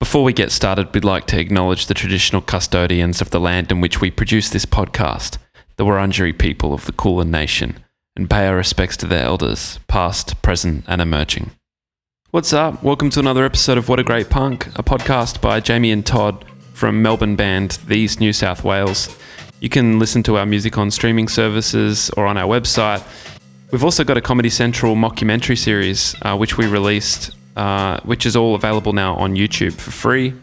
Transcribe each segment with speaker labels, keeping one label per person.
Speaker 1: Before we get started, we'd like to acknowledge the traditional custodians of the land in which we produce this podcast, the Wurundjeri people of the Kulin Nation, and pay our respects to their elders, past, present, and emerging. What's up? Welcome to another episode of What a Great Punk, a podcast by Jamie and Todd from Melbourne band The East New South Wales. You can listen to our music on streaming services or on our website. We've also got a Comedy Central mockumentary series, uh, which we released, uh, which is all available now on YouTube for free.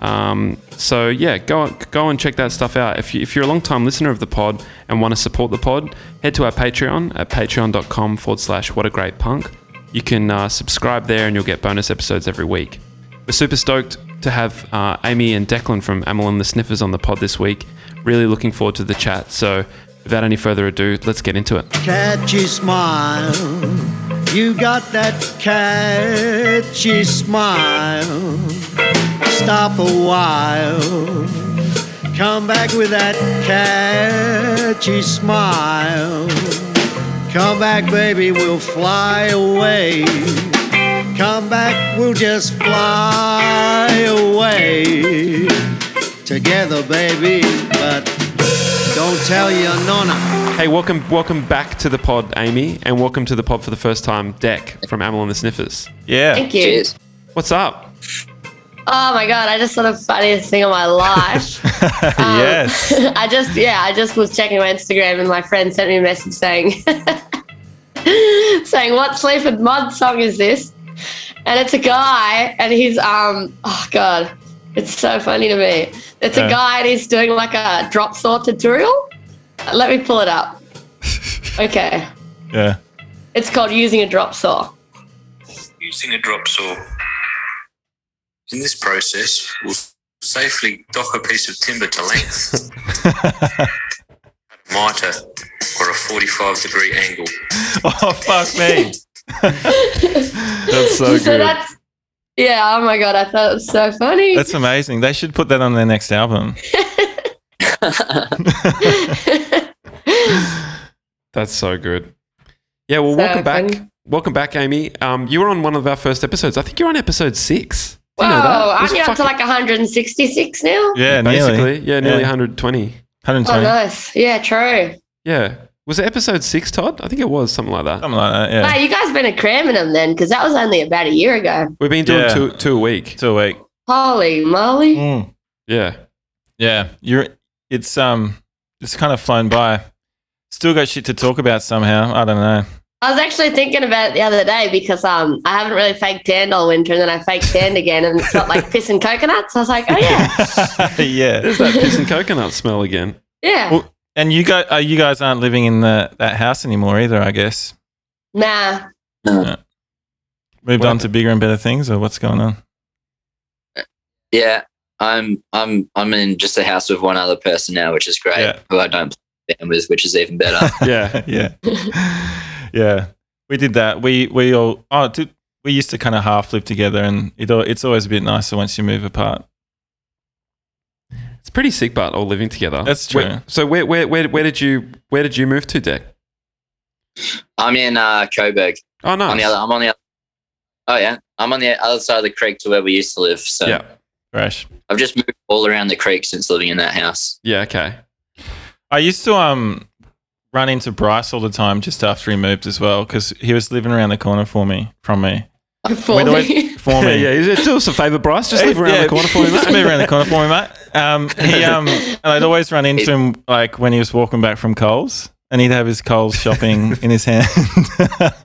Speaker 1: Um, so yeah, go go and check that stuff out. If, you, if you're a long time listener of the pod and want to support the pod, head to our Patreon at patreon.com forward slash what a great punk. You can uh, subscribe there and you'll get bonus episodes every week. We're super stoked to have uh, Amy and Declan from Amel and the Sniffers on the pod this week. Really looking forward to the chat. So without any further ado, let's get into it.
Speaker 2: Catchy smile, you got that catchy smile. Stop a while, come back with that catchy smile. Come back, baby, we'll fly away. Come back, we'll just fly away. Together, baby, but don't tell your nonna.
Speaker 1: Hey, welcome welcome back to the pod, Amy, and welcome to the pod for the first time, Deck from Amel and the Sniffers.
Speaker 3: Yeah.
Speaker 4: Thank you.
Speaker 1: What's up?
Speaker 4: Oh my god, I just saw the funniest thing of my life. Um,
Speaker 3: yes.
Speaker 4: I just yeah, I just was checking my Instagram and my friend sent me a message saying saying what sleep and mud song is this? And it's a guy and he's um oh god, it's so funny to me. It's
Speaker 3: Yeah.
Speaker 4: a guy and he's doing like a drop saw tutorial. Let me pull it up. Okay.
Speaker 3: Yeah.
Speaker 4: It's called using a drop saw.
Speaker 5: using a drop saw. In this process, we'll safely dock a piece of timber to length, mitre, or a 45 degree angle.
Speaker 3: Oh fuck me. That's
Speaker 4: so
Speaker 3: so good.
Speaker 4: that's yeah, oh my god, I thought it was so funny.
Speaker 3: That's amazing. They should put that on their next album.
Speaker 1: That's so good. Yeah, well, welcome back.
Speaker 4: funny.
Speaker 1: Welcome back, Amy. Um, you were on one of our first episodes. I think you're on episode six. Do
Speaker 4: Whoa,
Speaker 1: you know that? It was
Speaker 4: aren't you up to
Speaker 1: fucking-
Speaker 4: like 166 now?
Speaker 3: Yeah,
Speaker 1: basically,
Speaker 3: nearly.
Speaker 1: yeah, nearly
Speaker 3: Yeah.
Speaker 1: 120.
Speaker 4: Oh,
Speaker 3: 120.
Speaker 4: nice. Yeah, true.
Speaker 1: Yeah, was it episode six, Todd? I think it was something like that.
Speaker 3: Something like that. Yeah.
Speaker 4: Wow, you guys been a cramming them then, because that was only about a year ago.
Speaker 1: We've been doing
Speaker 3: Yeah.
Speaker 1: two two a week.
Speaker 3: Two a week.
Speaker 4: Holy moly.
Speaker 3: Mm.
Speaker 1: Yeah,
Speaker 3: Yeah. You're it's um it's kind of flown by. Still got shit to talk about somehow. I don't know.
Speaker 4: I was actually thinking about it the other day because um I haven't really faked tanned all winter and then I faked tanned again and it's got like piss and coconuts. I was like, oh yeah,
Speaker 3: yeah.
Speaker 1: there's that piss and coconut smell again.
Speaker 4: yeah.
Speaker 3: Well- And you guys, uh, you guys aren't living in the, that house anymore either, I guess.
Speaker 4: Nah.
Speaker 3: Moved
Speaker 1: What
Speaker 3: on to bigger and better things, or what's going on?
Speaker 6: Yeah, I'm I'm I'm in just a house with one other person now, which is great.
Speaker 3: Yeah.
Speaker 6: Who I don't play band with, which is even better.
Speaker 1: Yeah,
Speaker 3: yeah, yeah. We did that. We we all oh, did, we used to kind of half live together, and it al- it's always a bit nicer once you move apart.
Speaker 1: it's pretty sick, but all living together.
Speaker 3: That's
Speaker 1: Where-
Speaker 3: true.
Speaker 1: so where, where where where did you where did you move to, Deck?
Speaker 6: I'm in uh, Coburg.
Speaker 1: Oh, nice.
Speaker 6: On the other, I'm on the. Other, oh yeah, I'm on the other side of the creek to where we used to live. So
Speaker 1: yeah,
Speaker 3: Fresh.
Speaker 6: I've just moved all around the creek since living in that house.
Speaker 1: yeah, okay.
Speaker 3: I used to um run into Bryce all the time just after he moved as well because he was living around the corner for me from me
Speaker 4: Before
Speaker 3: Wait, wait.
Speaker 4: me.
Speaker 3: for
Speaker 1: Yeah,
Speaker 3: me.
Speaker 1: yeah, is it- do us a favour, Bryce. Just live around
Speaker 3: Yeah,
Speaker 1: the corner for me,
Speaker 3: Just
Speaker 1: mate.
Speaker 3: move around the corner for me, mate. Um, he um, and I'd always run into him like when he was walking back from Coles, and he'd have his Coles shopping in his hand.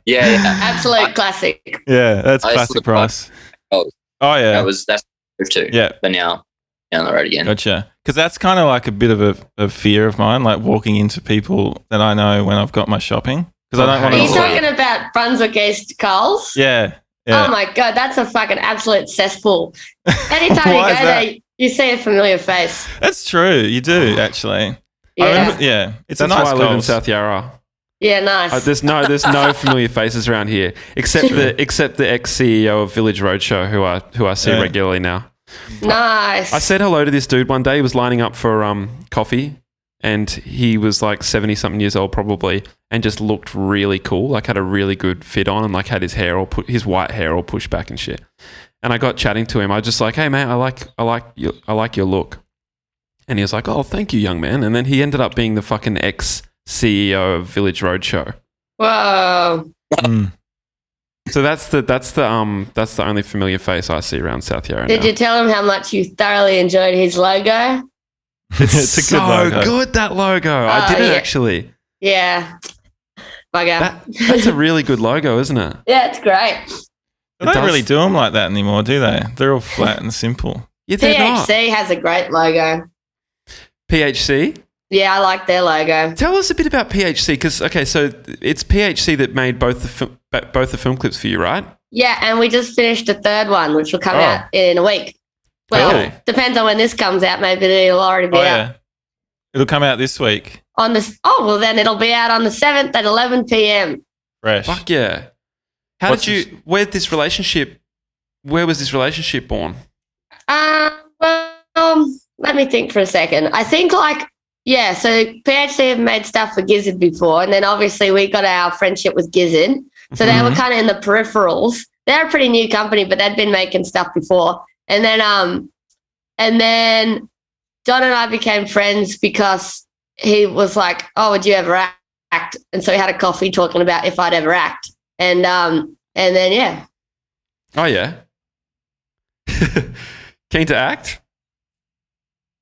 Speaker 6: Yeah, yeah.
Speaker 4: Absolute classic.
Speaker 3: yeah, that's
Speaker 6: I used
Speaker 3: classic
Speaker 6: to live
Speaker 3: Bryce.
Speaker 6: by
Speaker 3: Oh
Speaker 6: Coles.
Speaker 3: yeah,
Speaker 6: that was that's where I moved to.
Speaker 3: yeah.
Speaker 6: But now down the road again.
Speaker 3: Gotcha. Because that's kind of like a bit of a, a fear of mine, like walking into people that I know when I've got my shopping. Because I don't
Speaker 1: Oh,
Speaker 4: Are you
Speaker 3: want
Speaker 1: hey.
Speaker 3: to.
Speaker 4: talking about Brunswick East Coles?
Speaker 3: Yeah.
Speaker 4: Oh
Speaker 3: Yeah.
Speaker 4: my god, that's a fucking absolute cesspool. Anytime you
Speaker 3: Why is
Speaker 4: go
Speaker 3: that?
Speaker 4: there, you see a familiar face.
Speaker 3: that's true. You do, actually.
Speaker 4: Yeah,
Speaker 3: I remember, yeah. It's a
Speaker 1: That's
Speaker 3: nice
Speaker 1: why I live in
Speaker 3: Coles.
Speaker 1: South Yarra.
Speaker 4: yeah,
Speaker 1: Uh,
Speaker 4: nice.
Speaker 1: there's no there's no familiar faces around here except the except the ex CEO of Village Roadshow who I who I see
Speaker 3: Yeah.
Speaker 1: regularly now.
Speaker 4: nice.
Speaker 1: I said hello to this dude one day. He was lining up for um coffee, and he was like seventy something years old probably, and just looked really cool. Like had a really good fit on, and like had his hair all put his white hair all pushed back and shit. And I got chatting to him. I was just like, "Hey, man, I like, I like, your, I like your look." And he was like, "Oh, thank you, young man." And then he ended up being the fucking ex CEO of Village Roadshow.
Speaker 4: Whoa.
Speaker 3: Mm.
Speaker 1: So that's the that's the um that's the only familiar face I see around South Yarra.
Speaker 4: Did
Speaker 1: now.
Speaker 4: you tell him how much you thoroughly enjoyed his logo?
Speaker 1: It's,
Speaker 3: It's a
Speaker 1: so
Speaker 3: good logo.
Speaker 1: good that logo. I
Speaker 4: Oh,
Speaker 1: did it
Speaker 4: yeah.
Speaker 1: actually.
Speaker 4: Yeah. Bugger.
Speaker 1: That that's a really good logo, isn't it?
Speaker 4: yeah, it's great.
Speaker 3: They
Speaker 1: It
Speaker 3: don't
Speaker 1: does-
Speaker 3: really do them like that anymore, do they? They're all flat and simple.
Speaker 1: Yeah, they're not.
Speaker 4: THC has a great logo.
Speaker 1: PHC.
Speaker 4: Yeah, I like their logo.
Speaker 1: Tell us a bit about PHC because okay, so it's PHC that made both the fi- ba- both the film clips for you, right?
Speaker 4: Yeah, and we just finished a third one, which will come
Speaker 1: Oh.
Speaker 4: out in a week. Well,
Speaker 1: Okay.
Speaker 4: depends on when this comes out. Maybe it'll already be
Speaker 3: Oh,
Speaker 4: out
Speaker 3: yeah. It'll come out this week.
Speaker 4: on the. Oh well, then it'll be out on the seventh at eleven p.m.
Speaker 3: Fresh.
Speaker 1: Fuck yeah! How
Speaker 3: What's
Speaker 1: did you? Where this relationship? Where was this relationship born?
Speaker 4: Um, well, let me think for a second. I think like yeah. So PHC have made stuff for Gizzard before, and then obviously we got our friendship with Gizzard. So they
Speaker 3: Mm-hmm.
Speaker 4: were kind of in the peripherals. They're a pretty new company, but they'd been making stuff before. And then um and then Don and I became friends because he was like, Oh, would you ever act? And so we had a coffee talking about if I'd ever act. And um and then yeah.
Speaker 1: Oh yeah. Keen to act?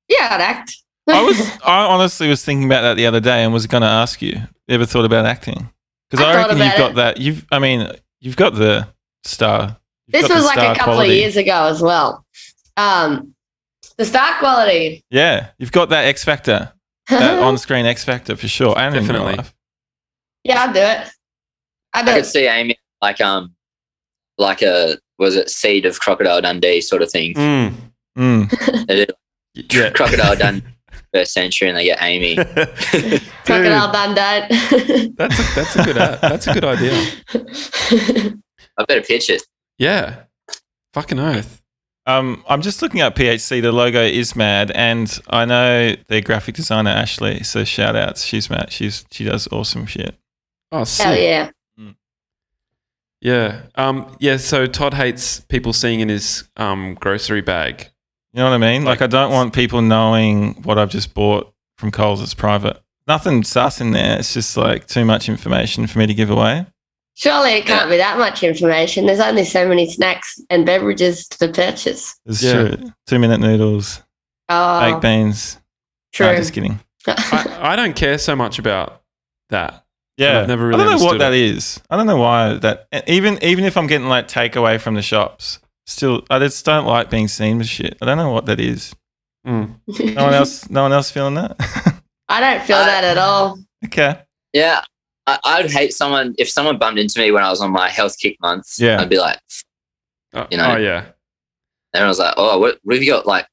Speaker 4: Yeah, I'd act.
Speaker 3: I was. I honestly was thinking about that the other day and was going to ask you. Ever thought about acting? Because
Speaker 4: I
Speaker 3: I,
Speaker 4: thought
Speaker 3: reckon you've
Speaker 4: about
Speaker 3: got
Speaker 4: it.
Speaker 3: that. You've. I mean, you've got the star. You've
Speaker 4: this
Speaker 3: got the
Speaker 4: was like
Speaker 3: star
Speaker 4: a couple
Speaker 3: quality.
Speaker 4: of years ago as well. Um the star quality.
Speaker 3: Yeah, you've got that X factor, that
Speaker 4: Uh-huh.
Speaker 3: on-screen X factor for sure, and definitely.
Speaker 1: Definitely.
Speaker 3: In real life.
Speaker 4: yeah, I'd do it. I'd do
Speaker 6: I could
Speaker 4: it.
Speaker 6: see Amy like um like a was it seed of crocodile Dundee sort of thing.
Speaker 1: Mm.
Speaker 3: Mm.
Speaker 6: They do
Speaker 1: Yeah.
Speaker 6: crocodile Dundee first century and they get Amy.
Speaker 4: Crocodile Dundee.
Speaker 1: That's a, that's a good ad. that's a good idea.
Speaker 6: I better pitch it.
Speaker 1: Yeah. Fucking oath.
Speaker 3: Um, I'm just looking up PHC. The logo is mad, and I know their graphic designer Ashley. So shout outs. She's mad. She's she does awesome shit.
Speaker 1: Oh, sick.
Speaker 4: Hell yeah.
Speaker 1: Yeah. Um, yeah. So Todd hates people seeing in his um, grocery bag.
Speaker 3: You know what I mean? Like, I don't want people knowing what I've just bought from Coles as private. Nothing sus in there. It's just like too much information for me to give away.
Speaker 4: Surely it can't be that much information. There's only so many snacks and beverages to purchase.
Speaker 3: It's
Speaker 1: Yeah.
Speaker 3: true. Two minute noodles,
Speaker 4: Oh,
Speaker 3: baked beans.
Speaker 4: true.
Speaker 3: No, just kidding.
Speaker 1: I, I don't care so much about that.
Speaker 3: Yeah,
Speaker 1: I've never really
Speaker 3: I don't know what
Speaker 1: understood
Speaker 3: that is. I don't know why that. Even even if I'm getting like takeaway from the shops, still I just don't like being seen with shit. I don't know what that is.
Speaker 1: Mm.
Speaker 3: No one else. no one else feeling that.
Speaker 4: I don't feel that at all.
Speaker 3: okay.
Speaker 6: Yeah. I, I'd hate someone if someone bumped into me when I was on my health kick month.
Speaker 3: Yeah.
Speaker 6: I'd be like,
Speaker 1: Oh,
Speaker 6: You know.
Speaker 1: oh, yeah.
Speaker 6: and I was like, oh, what, what have you got like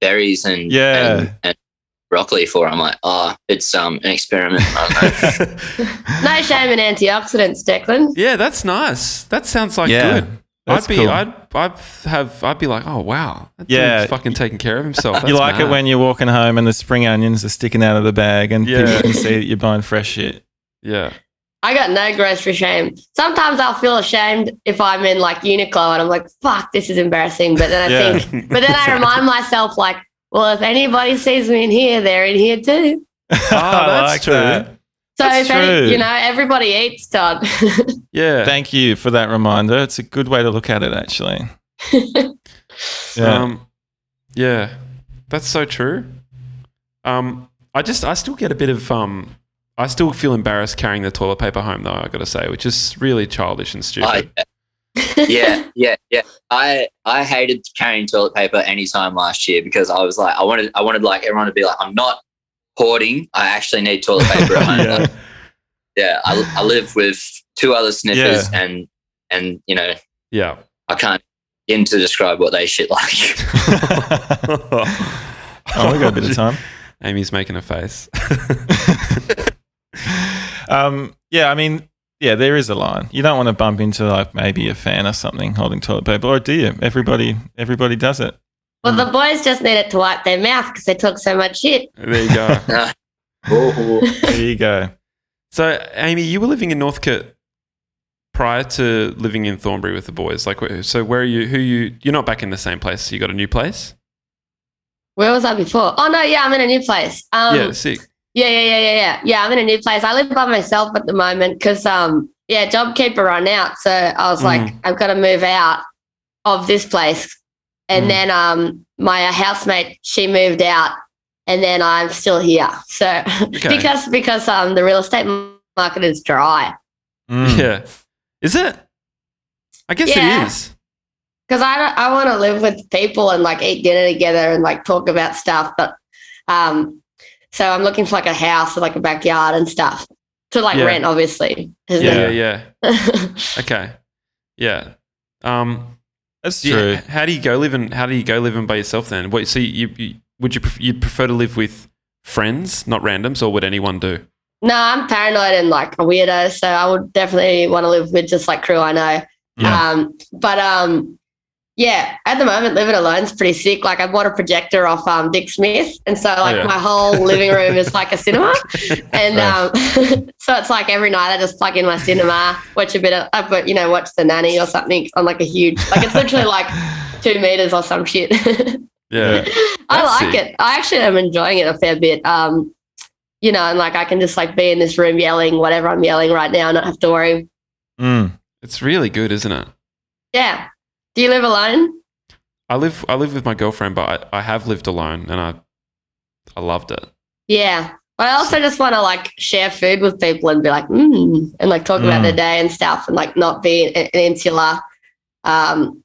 Speaker 6: berries and
Speaker 3: Yeah.
Speaker 6: and, and broccoli for? I'm like, oh, it's um an experiment. I was like,
Speaker 4: No shame in antioxidants, Declan.
Speaker 1: Yeah. That's nice. That sounds like
Speaker 3: yeah.
Speaker 1: good.
Speaker 3: That's
Speaker 1: I'd be,
Speaker 3: cool.
Speaker 1: I'd, I'd have, I'd be like, oh wow, that
Speaker 3: Yeah.
Speaker 1: dude's fucking taking care of himself.
Speaker 3: you
Speaker 1: That's
Speaker 3: like
Speaker 1: mad.
Speaker 3: it when you're walking home and the spring onions are sticking out of the bag and
Speaker 1: Yeah.
Speaker 3: people can see that you're buying fresh shit.
Speaker 1: yeah,
Speaker 4: I got no grocery shame. Sometimes I'll feel ashamed if I'm in like Uniqlo and I'm like, fuck, this is embarrassing. But then I
Speaker 3: Yeah.
Speaker 4: think, but then I remind myself, like, well, if anybody sees me in here, they're in here too.
Speaker 3: Oh,
Speaker 1: Oh, that's true.
Speaker 4: So
Speaker 3: That's
Speaker 4: if any,
Speaker 3: true.
Speaker 4: you know, everybody eats, Todd.
Speaker 1: yeah.
Speaker 3: Thank you for that reminder. It's a good way to look at it, actually. yeah.
Speaker 1: Um, yeah, that's so true. Um, I just I still get a bit of um, I still feel embarrassed carrying the toilet paper home though. I got to say, which is really childish and stupid.
Speaker 6: I, yeah, yeah, yeah. I I hated carrying toilet paper any time last year because I was like, I wanted I wanted like everyone to be like, I'm not hoarding. I actually need toilet paper at home. Like,
Speaker 3: yeah.
Speaker 6: yeah, I, I live with two other sniffers and and you know
Speaker 1: yeah.
Speaker 6: I can't begin to describe what they shit like.
Speaker 3: oh, we got a bit of time.
Speaker 1: Amy's making a face.
Speaker 3: um, yeah, I mean, yeah, there is a line. You don't want to bump into like maybe a fan or something holding toilet paper, or do you? Everybody, everybody does it.
Speaker 4: well, the boys just need it to wipe their mouth because they talk so much shit.
Speaker 1: there you go.
Speaker 3: There you go.
Speaker 1: So, Amy, you were living in Northcote prior to living in Thornbury with the boys? Like, wh- so where are you? Who you? You're not back in the same place. You got a new place?
Speaker 4: Where was I before? Oh no, yeah, I'm in a new place. Um,
Speaker 1: yeah, sick.
Speaker 4: Yeah, yeah, yeah, yeah, yeah. Yeah, I'm in a new place. I live by myself at the moment because, um, yeah, JobKeeper run out. So I was
Speaker 1: Mm.
Speaker 4: like, I've got to move out of this place. And
Speaker 3: Mm.
Speaker 4: then um, my housemate, she moved out, and then I'm still here. So
Speaker 1: Okay.
Speaker 4: because because um, the real estate market is dry.
Speaker 3: Mm.
Speaker 1: Hmm. Yeah. Is it? I guess
Speaker 4: Yeah.
Speaker 1: it is.
Speaker 4: Because I don't, I want to live with people and like eat dinner together and like talk about stuff. But um, so I'm looking for like a house with like a backyard and stuff to like
Speaker 1: Yeah.
Speaker 4: rent, obviously. isn't
Speaker 1: Yeah,
Speaker 4: it?
Speaker 1: yeah, yeah. Okay. Yeah. Um,
Speaker 3: That's
Speaker 1: do you-
Speaker 3: true.
Speaker 1: how do you go live in? How do you go living by yourself then? What? So you, you would you pref- you'd prefer to live with friends, not randoms, or would anyone do?
Speaker 4: No, I'm paranoid and like a weirdo, so I would definitely want to live with just like crew I know.
Speaker 3: Yeah.
Speaker 4: Um, but um, yeah, at the moment living alone's pretty sick. Like I bought a projector off um, Dick Smith, and so like
Speaker 1: yeah.
Speaker 4: my whole living room is like a cinema, and um, so it's like every night I just plug in my cinema, watch a bit of, uh, but you know, watch the nanny or something on like a huge, like it's literally like two meters or some shit.
Speaker 1: Yeah.
Speaker 4: I
Speaker 1: Uh, That's
Speaker 4: like
Speaker 1: sick.
Speaker 4: it. I actually am enjoying it a fair bit. Um, you know, and like I can just like be in this room yelling whatever I'm yelling right now, not have to worry.
Speaker 3: Mm.
Speaker 1: It's really good, isn't it?
Speaker 4: Yeah. Do you live alone?
Speaker 1: I live I live with my girlfriend, but I, I have lived alone, and I I loved it.
Speaker 4: Yeah. But I also just want to like share food with people and be like, mm, and like talk about their
Speaker 3: Mm.
Speaker 4: day and stuff, and like not be an an insular um,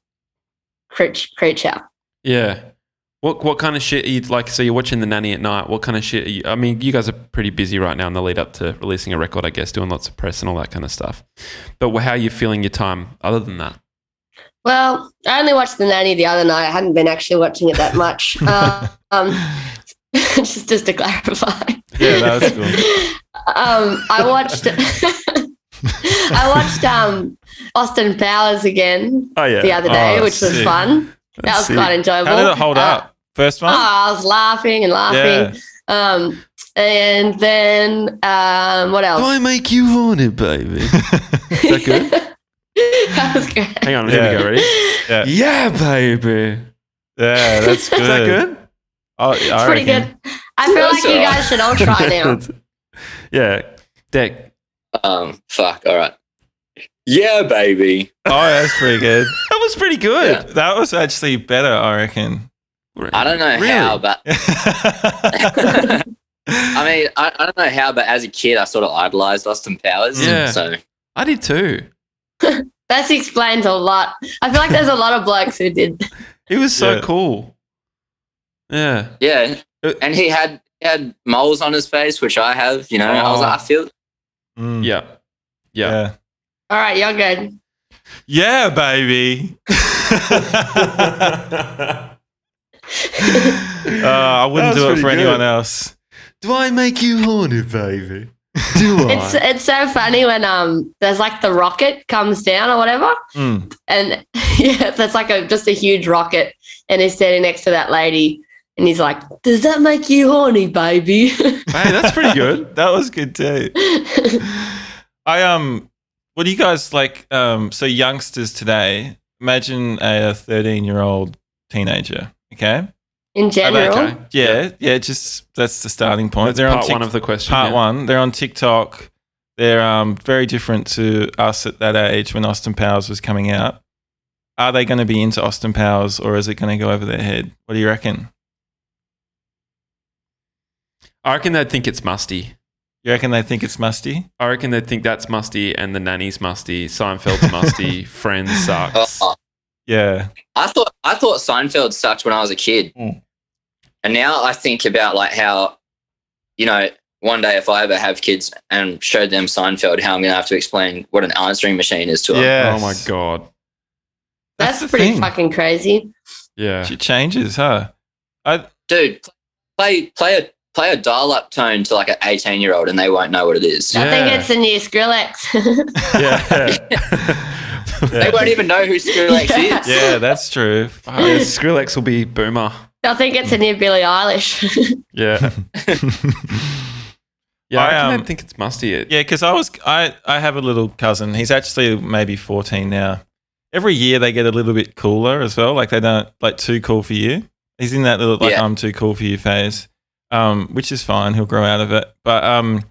Speaker 4: creat- creature.
Speaker 1: Yeah. What what kind of shit are you like? So you're watching the nanny at night. What kind of shit? Are you, I mean, you guys are pretty busy right now in the lead up to releasing a record, I guess, doing lots of press and all that kind of stuff. But wh- how are you feeling your time other than that?
Speaker 4: Well, I only watched the nanny the other night. I hadn't been actually watching it that much. Uh, um, just just to clarify.
Speaker 3: Yeah, that was cool.
Speaker 4: um, I watched. I watched um, Austin Powers again
Speaker 1: Oh yeah.
Speaker 4: the other day,
Speaker 3: Oh,
Speaker 4: which was
Speaker 3: sick.
Speaker 4: fun. That was quite enjoyable.
Speaker 3: How did it hold
Speaker 4: Uh,
Speaker 3: up? First one?
Speaker 4: Oh, I was laughing and
Speaker 3: yeah.
Speaker 4: laughing. Um, and then um, what else?
Speaker 1: I make you horny, baby. that good?
Speaker 4: that was great.
Speaker 1: Hang on,
Speaker 3: Yeah.
Speaker 1: here we go. Ready?
Speaker 3: Yeah.
Speaker 1: Yeah, baby.
Speaker 3: Yeah, that's good.
Speaker 1: Is that good?
Speaker 3: Oh,
Speaker 4: It's
Speaker 3: I
Speaker 4: pretty
Speaker 3: reckon.
Speaker 4: good. I feel
Speaker 6: That's
Speaker 4: like you
Speaker 6: alright.
Speaker 4: guys should all try now.
Speaker 1: yeah. Deck.
Speaker 6: Um, fuck. All right. Yeah, baby.
Speaker 3: Oh, that's pretty good.
Speaker 1: That was pretty good.
Speaker 3: That was actually better, I reckon.
Speaker 6: I don't know
Speaker 1: Really?
Speaker 6: how, but I mean, I, I don't know how, but as a kid, I sort of idolized Austin Powers.
Speaker 1: Yeah.
Speaker 6: So
Speaker 1: I did too.
Speaker 4: That explains a lot. I feel like there's a lot of blokes who did.
Speaker 1: It was so
Speaker 3: Yeah.
Speaker 1: cool. Yeah.
Speaker 6: yeah,
Speaker 1: Uh,
Speaker 6: and he had he had moles on his face, which I have. You know, I was
Speaker 3: Oh.
Speaker 6: like, I feel.
Speaker 3: Mm,
Speaker 1: Yeah. Hmm. Yeah.
Speaker 3: yeah.
Speaker 4: All right, you're good.
Speaker 3: Yeah, baby. Uh, I
Speaker 1: That
Speaker 3: wouldn't
Speaker 1: was
Speaker 3: do it
Speaker 1: pretty
Speaker 3: for anyone
Speaker 1: good.
Speaker 3: else.
Speaker 1: Do I make you horny, baby? Do
Speaker 4: It's it's so funny when um there's like the rocket comes down or whatever,
Speaker 3: Mm.
Speaker 4: and yeah, that's like a just a huge rocket, and he's standing next to that lady, and he's like, "Does that make you horny, baby?"
Speaker 1: Hey, that's pretty good.
Speaker 3: That was good too. I um, what do you guys like? Um, so youngsters today, imagine a thirteen-year-old teenager. Okay.
Speaker 4: In general,
Speaker 1: Okay.
Speaker 3: Yeah, yeah. Just that's the starting
Speaker 1: That's
Speaker 3: point. They're on
Speaker 1: part
Speaker 3: Tik-
Speaker 1: one of the question.
Speaker 3: part
Speaker 1: yeah.
Speaker 3: one. They're on TikTok. They're um, very different to us at that age when Austin Powers was coming out. Are they going to be into Austin Powers or is it going to go over their head? What do you reckon?
Speaker 1: I reckon they'd think it's musty.
Speaker 3: You reckon they think it's musty?
Speaker 1: I reckon they'd think that's musty and the nanny's musty, Seinfeld's musty, Friends sucks.
Speaker 6: Oh,
Speaker 3: Yeah.
Speaker 6: I thought I thought Seinfeld sucked when I was a kid,
Speaker 3: Mm.
Speaker 6: and now I think about like how, you know, one day if I ever have kids and showed them Seinfeld, how I'm gonna have to explain what an answering machine is to them.
Speaker 1: Oh my god.
Speaker 4: that's,
Speaker 3: the
Speaker 4: pretty
Speaker 3: thing.
Speaker 4: fucking crazy.
Speaker 1: Yeah.
Speaker 3: It changes, huh? I,
Speaker 6: dude, play play a play a dial up tone to like an eighteen year old, and they won't know what it is.
Speaker 4: I
Speaker 1: Yeah.
Speaker 4: think it's the new Skrillex.
Speaker 1: Yeah.
Speaker 6: They won't even know who Skrillex
Speaker 4: Yeah.
Speaker 6: is.
Speaker 3: yeah, that's true.
Speaker 1: Yeah,
Speaker 3: Fuck.
Speaker 1: Skrillex will be boomer.
Speaker 4: I think it's a new Billie Eilish.
Speaker 1: Yeah. Yeah,
Speaker 3: I,
Speaker 1: I, don't
Speaker 3: um,
Speaker 1: think it's musty yet.
Speaker 3: Yeah, because I was I I have a little cousin. He's actually maybe fourteen now. Every year they get a little bit cooler as well. Like they don't like too cool for you. He's in that little like
Speaker 6: Yeah.
Speaker 3: I'm too cool for you phase, um, which is fine. He'll grow out of it. But um,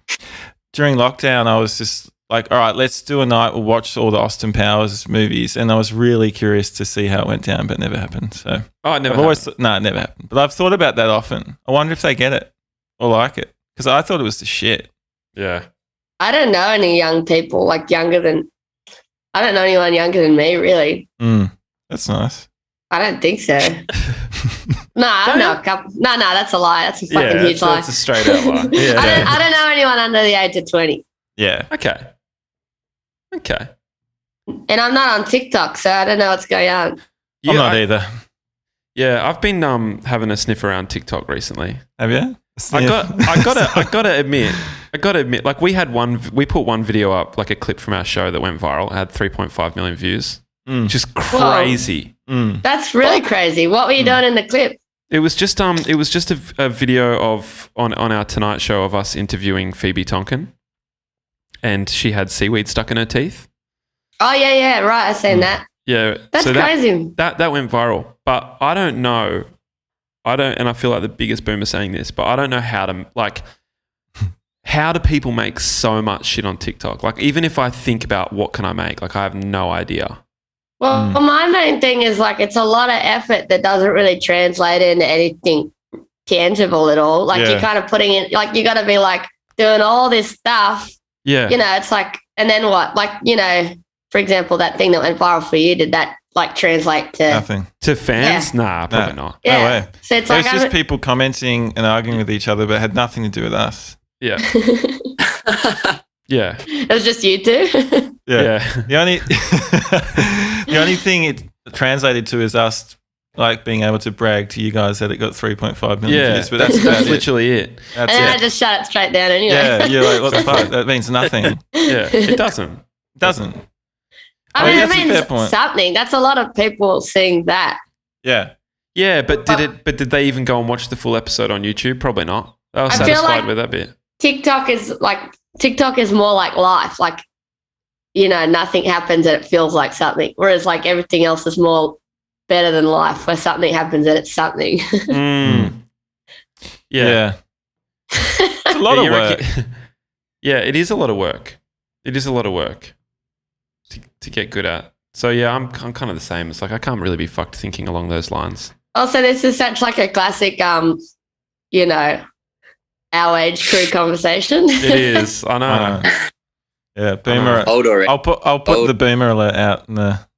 Speaker 3: during lockdown, I was just like, all right, let's do a night. We'll watch all the Austin Powers movies, and I was really curious to see how it went down, but it never happened. So
Speaker 1: Oh, it never.
Speaker 3: I've always th- no, it never happened. But I've thought about that often. I wonder if they get it or like it because I thought it was the shit.
Speaker 1: happened. yeah.
Speaker 4: I don't know any young people like younger than. I don't know anyone younger than me, really.
Speaker 3: Mm, that's nice.
Speaker 4: I don't think so. no, I know a couple. No, no, that's a lie. That's a fucking
Speaker 1: Yeah,
Speaker 4: huge
Speaker 1: it's,
Speaker 4: lie.
Speaker 1: it's a straight out lie.
Speaker 3: Yeah.
Speaker 4: I, don't, I don't know anyone under the age of 20.
Speaker 3: Yeah.
Speaker 1: Okay. Okay.
Speaker 4: And I'm not on TikTok, so I don't know what's going on.
Speaker 1: Yeah,
Speaker 3: I'm not
Speaker 1: I,
Speaker 3: either.
Speaker 1: yeah, I've been um having a sniff around TikTok recently.
Speaker 3: Have you?
Speaker 1: I got, I gotta, I gotta admit, I gotta admit, like we had one, we put one video up, like a clip from our show that went viral, had 3.5 million views,
Speaker 3: Mm,
Speaker 1: which is crazy.
Speaker 3: mm.
Speaker 4: That's
Speaker 1: Oh.
Speaker 4: really crazy. What were you
Speaker 1: Hmm.
Speaker 4: doing in the clip?
Speaker 1: It was just, um, it was just a, v- a video of on on our Tonight Show of us interviewing Phoebe Tonkin, and she had seaweed stuck in her teeth.
Speaker 4: Oh, yeah, yeah, right. i seen that.
Speaker 1: Yeah,
Speaker 4: That's
Speaker 1: Hmm. so that,
Speaker 4: crazy.
Speaker 1: that that went viral, but I don't know. I don't, and I feel like the biggest boomer saying this, but I don't know how to like. How do people make so much shit on TikTok? Like, even if I think about what can I make, like I have no idea. Hmm.
Speaker 4: Well, my main thing is like it's a lot of effort that doesn't really translate into anything tangible at all. Like
Speaker 3: Yeah.
Speaker 4: you're kind of putting in, like you got to be like doing all this stuff.
Speaker 1: Yeah,
Speaker 4: You know, it's like, and then what? Like you know, for example, that thing that went viral for you, did that like translate to?
Speaker 3: Nothing.
Speaker 1: to fans, nah, probably not.
Speaker 3: No
Speaker 4: yeah.
Speaker 3: way.
Speaker 4: so it's
Speaker 3: It was
Speaker 4: like
Speaker 3: just
Speaker 4: I'm,
Speaker 3: people commenting and arguing with each other, but it had nothing to do with us.
Speaker 1: Yeah,
Speaker 4: it
Speaker 1: yeah,
Speaker 4: was just you two.
Speaker 1: yeah.
Speaker 3: The only, the only thing it translated to is us like being able to brag to you guys that it got 3.5 million
Speaker 1: Yeah.
Speaker 3: views, but that's about it.
Speaker 1: literally it.
Speaker 3: That's
Speaker 4: and then I
Speaker 3: it.
Speaker 4: just shut it straight down anyway.
Speaker 3: Yeah, you're like, what the fuck? That means nothing. It
Speaker 1: Yeah, it doesn't.
Speaker 3: doesn't. I
Speaker 4: I mean,
Speaker 3: mean,
Speaker 4: it
Speaker 3: that's a fair point.
Speaker 4: means something. That's a lot of people seeing that.
Speaker 3: Yeah.
Speaker 1: Yeah, but did it? But did they even go and watch the full episode on YouTube? Probably not. They were
Speaker 4: I feel
Speaker 1: satisfied
Speaker 4: like-
Speaker 1: with that bit.
Speaker 4: TikTok is like TikTok is more like life. Like, you know, nothing happens and it feels like something. Whereas like everything else is more better than life, where something happens and it's something.
Speaker 1: Mm.
Speaker 3: Yeah.
Speaker 1: yeah.
Speaker 3: It's a lot
Speaker 1: Yeah,
Speaker 3: of
Speaker 1: you
Speaker 3: work.
Speaker 1: reckon- yeah, it is a lot of work. It is a lot of work to, to get good at. So yeah, I'm I'm kind of the same. It's like I can't really be fucked thinking along those lines.
Speaker 4: also, this is such like a classic, um, you know, our age crew conversation.
Speaker 1: It is. I know.
Speaker 3: I know. Uh, yeah. Boomer.
Speaker 6: Old already.
Speaker 3: I'll put, I'll put
Speaker 6: Oh.
Speaker 3: the boomer alert out in the.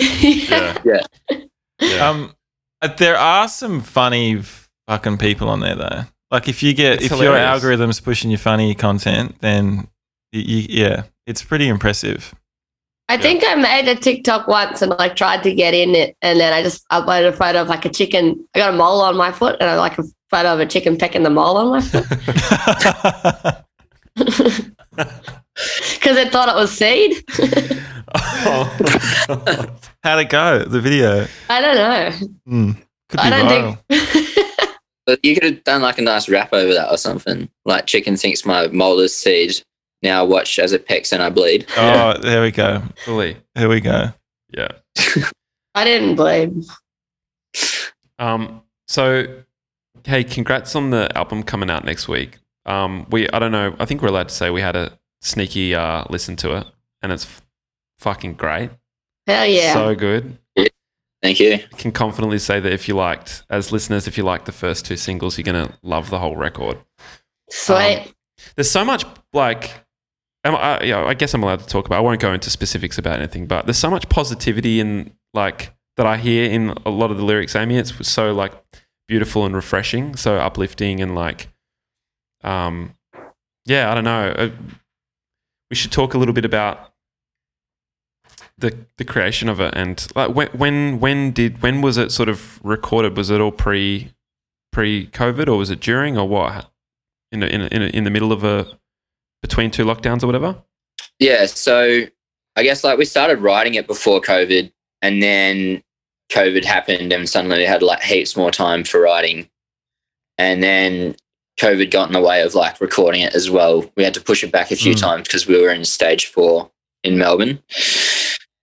Speaker 1: Yeah.
Speaker 6: Yeah.
Speaker 1: Yeah.
Speaker 3: Um, uh, there are some funny fucking people on there though. Like if you get
Speaker 1: It's
Speaker 3: if your
Speaker 1: hilarious.
Speaker 3: algorithm's pushing you funny content, then y you, yeah, it's pretty impressive.
Speaker 4: I think I made a TikTok once and like tried to get in it, and then I just uploaded a photo of like a chicken. I got a mole on my foot, and I like a photo of a chicken pecking the mole on my foot because it thought it was seed.
Speaker 1: Oh, God.
Speaker 3: How'd it go? The video
Speaker 4: I don't know.
Speaker 3: Hmm. could be
Speaker 4: I don't
Speaker 3: viral.
Speaker 4: think.
Speaker 6: But you could have done like a nice rap over that or something. Like chicken thinks my mold is seed. Now I watch as it pecks and I bleed.
Speaker 3: Oh, there we go.
Speaker 1: Fully.
Speaker 3: Here we go.
Speaker 1: Yeah.
Speaker 4: I didn't blame.
Speaker 1: Um. So, hey, congrats on the album coming out next week. Um. We I don't know. I think we're allowed to say we had a sneaky uh listen to it, and it's f- fucking great.
Speaker 4: Hell yeah.
Speaker 1: So um, good.
Speaker 6: Thank you.
Speaker 1: can confidently say that if you liked, as listeners, if you liked the first two singles, you're going to love the whole record.
Speaker 4: Sweet.
Speaker 1: There's so much like, am I, yeah, I guess I'm allowed to talk about. I won't go into specifics about anything, but there's so much positivity in like that I hear in a lot of the lyrics. Amy, it's so like beautiful and refreshing, so uplifting and like, um, yeah, I don't know. Uh, We should talk a little bit about the the creation of it and like when when when did when was it sort of recorded? Was it all pre pre COVID or was it during or what? In a, in a, in, a, in the middle of a between two lockdowns or whatever.
Speaker 6: Yeah. So I guess like we started writing it before COVID and then COVID happened and suddenly we had like heaps more time for writing. And then COVID got in the way of like recording it as well. We had to push it back a few
Speaker 3: Mm.
Speaker 6: times because we were in stage four in Melbourne.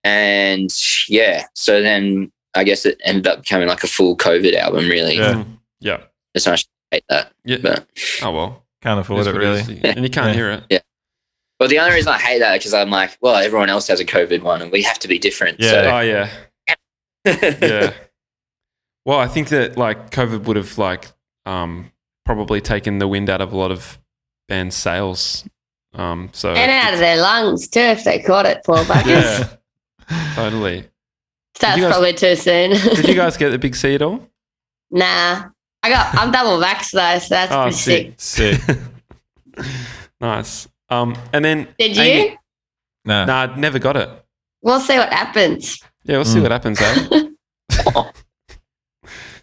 Speaker 6: And yeah, so then I guess it ended up becoming like a full COVID album, really.
Speaker 3: Yeah.
Speaker 1: Mm. Yeah.
Speaker 6: As much as I hate that.
Speaker 1: Yeah.
Speaker 6: But
Speaker 1: Oh well.
Speaker 3: Can't afford
Speaker 1: Is
Speaker 3: it
Speaker 1: what
Speaker 3: really.
Speaker 1: is. And you can't
Speaker 3: Yeah.
Speaker 1: hear it.
Speaker 6: well, the only reason I hate that because I'm like, well, everyone else has a COVID one and we have to be different.
Speaker 3: Yeah.
Speaker 1: Oh yeah.
Speaker 6: So.
Speaker 1: yeah. Well, I think that like COVID would have like um, probably taken the wind out of a lot of band sales. Um, so
Speaker 4: And out of their lungs too, if they caught it, poor buggers.
Speaker 3: Yeah.
Speaker 1: totally.
Speaker 4: That's
Speaker 1: Did you guys-
Speaker 4: probably too soon.
Speaker 1: Did you guys get the big C at all?
Speaker 4: nah, I got. I'm double vaxxed though, so that's
Speaker 1: Oh,
Speaker 4: pretty sick.
Speaker 1: sick.
Speaker 3: Sick.
Speaker 1: nice. Um, and then
Speaker 4: Did you?
Speaker 1: Amy-
Speaker 3: Nah.
Speaker 1: nah, never got it.
Speaker 4: We'll see what happens.
Speaker 1: Yeah, we'll see
Speaker 3: Mm.
Speaker 1: what happens. Eh?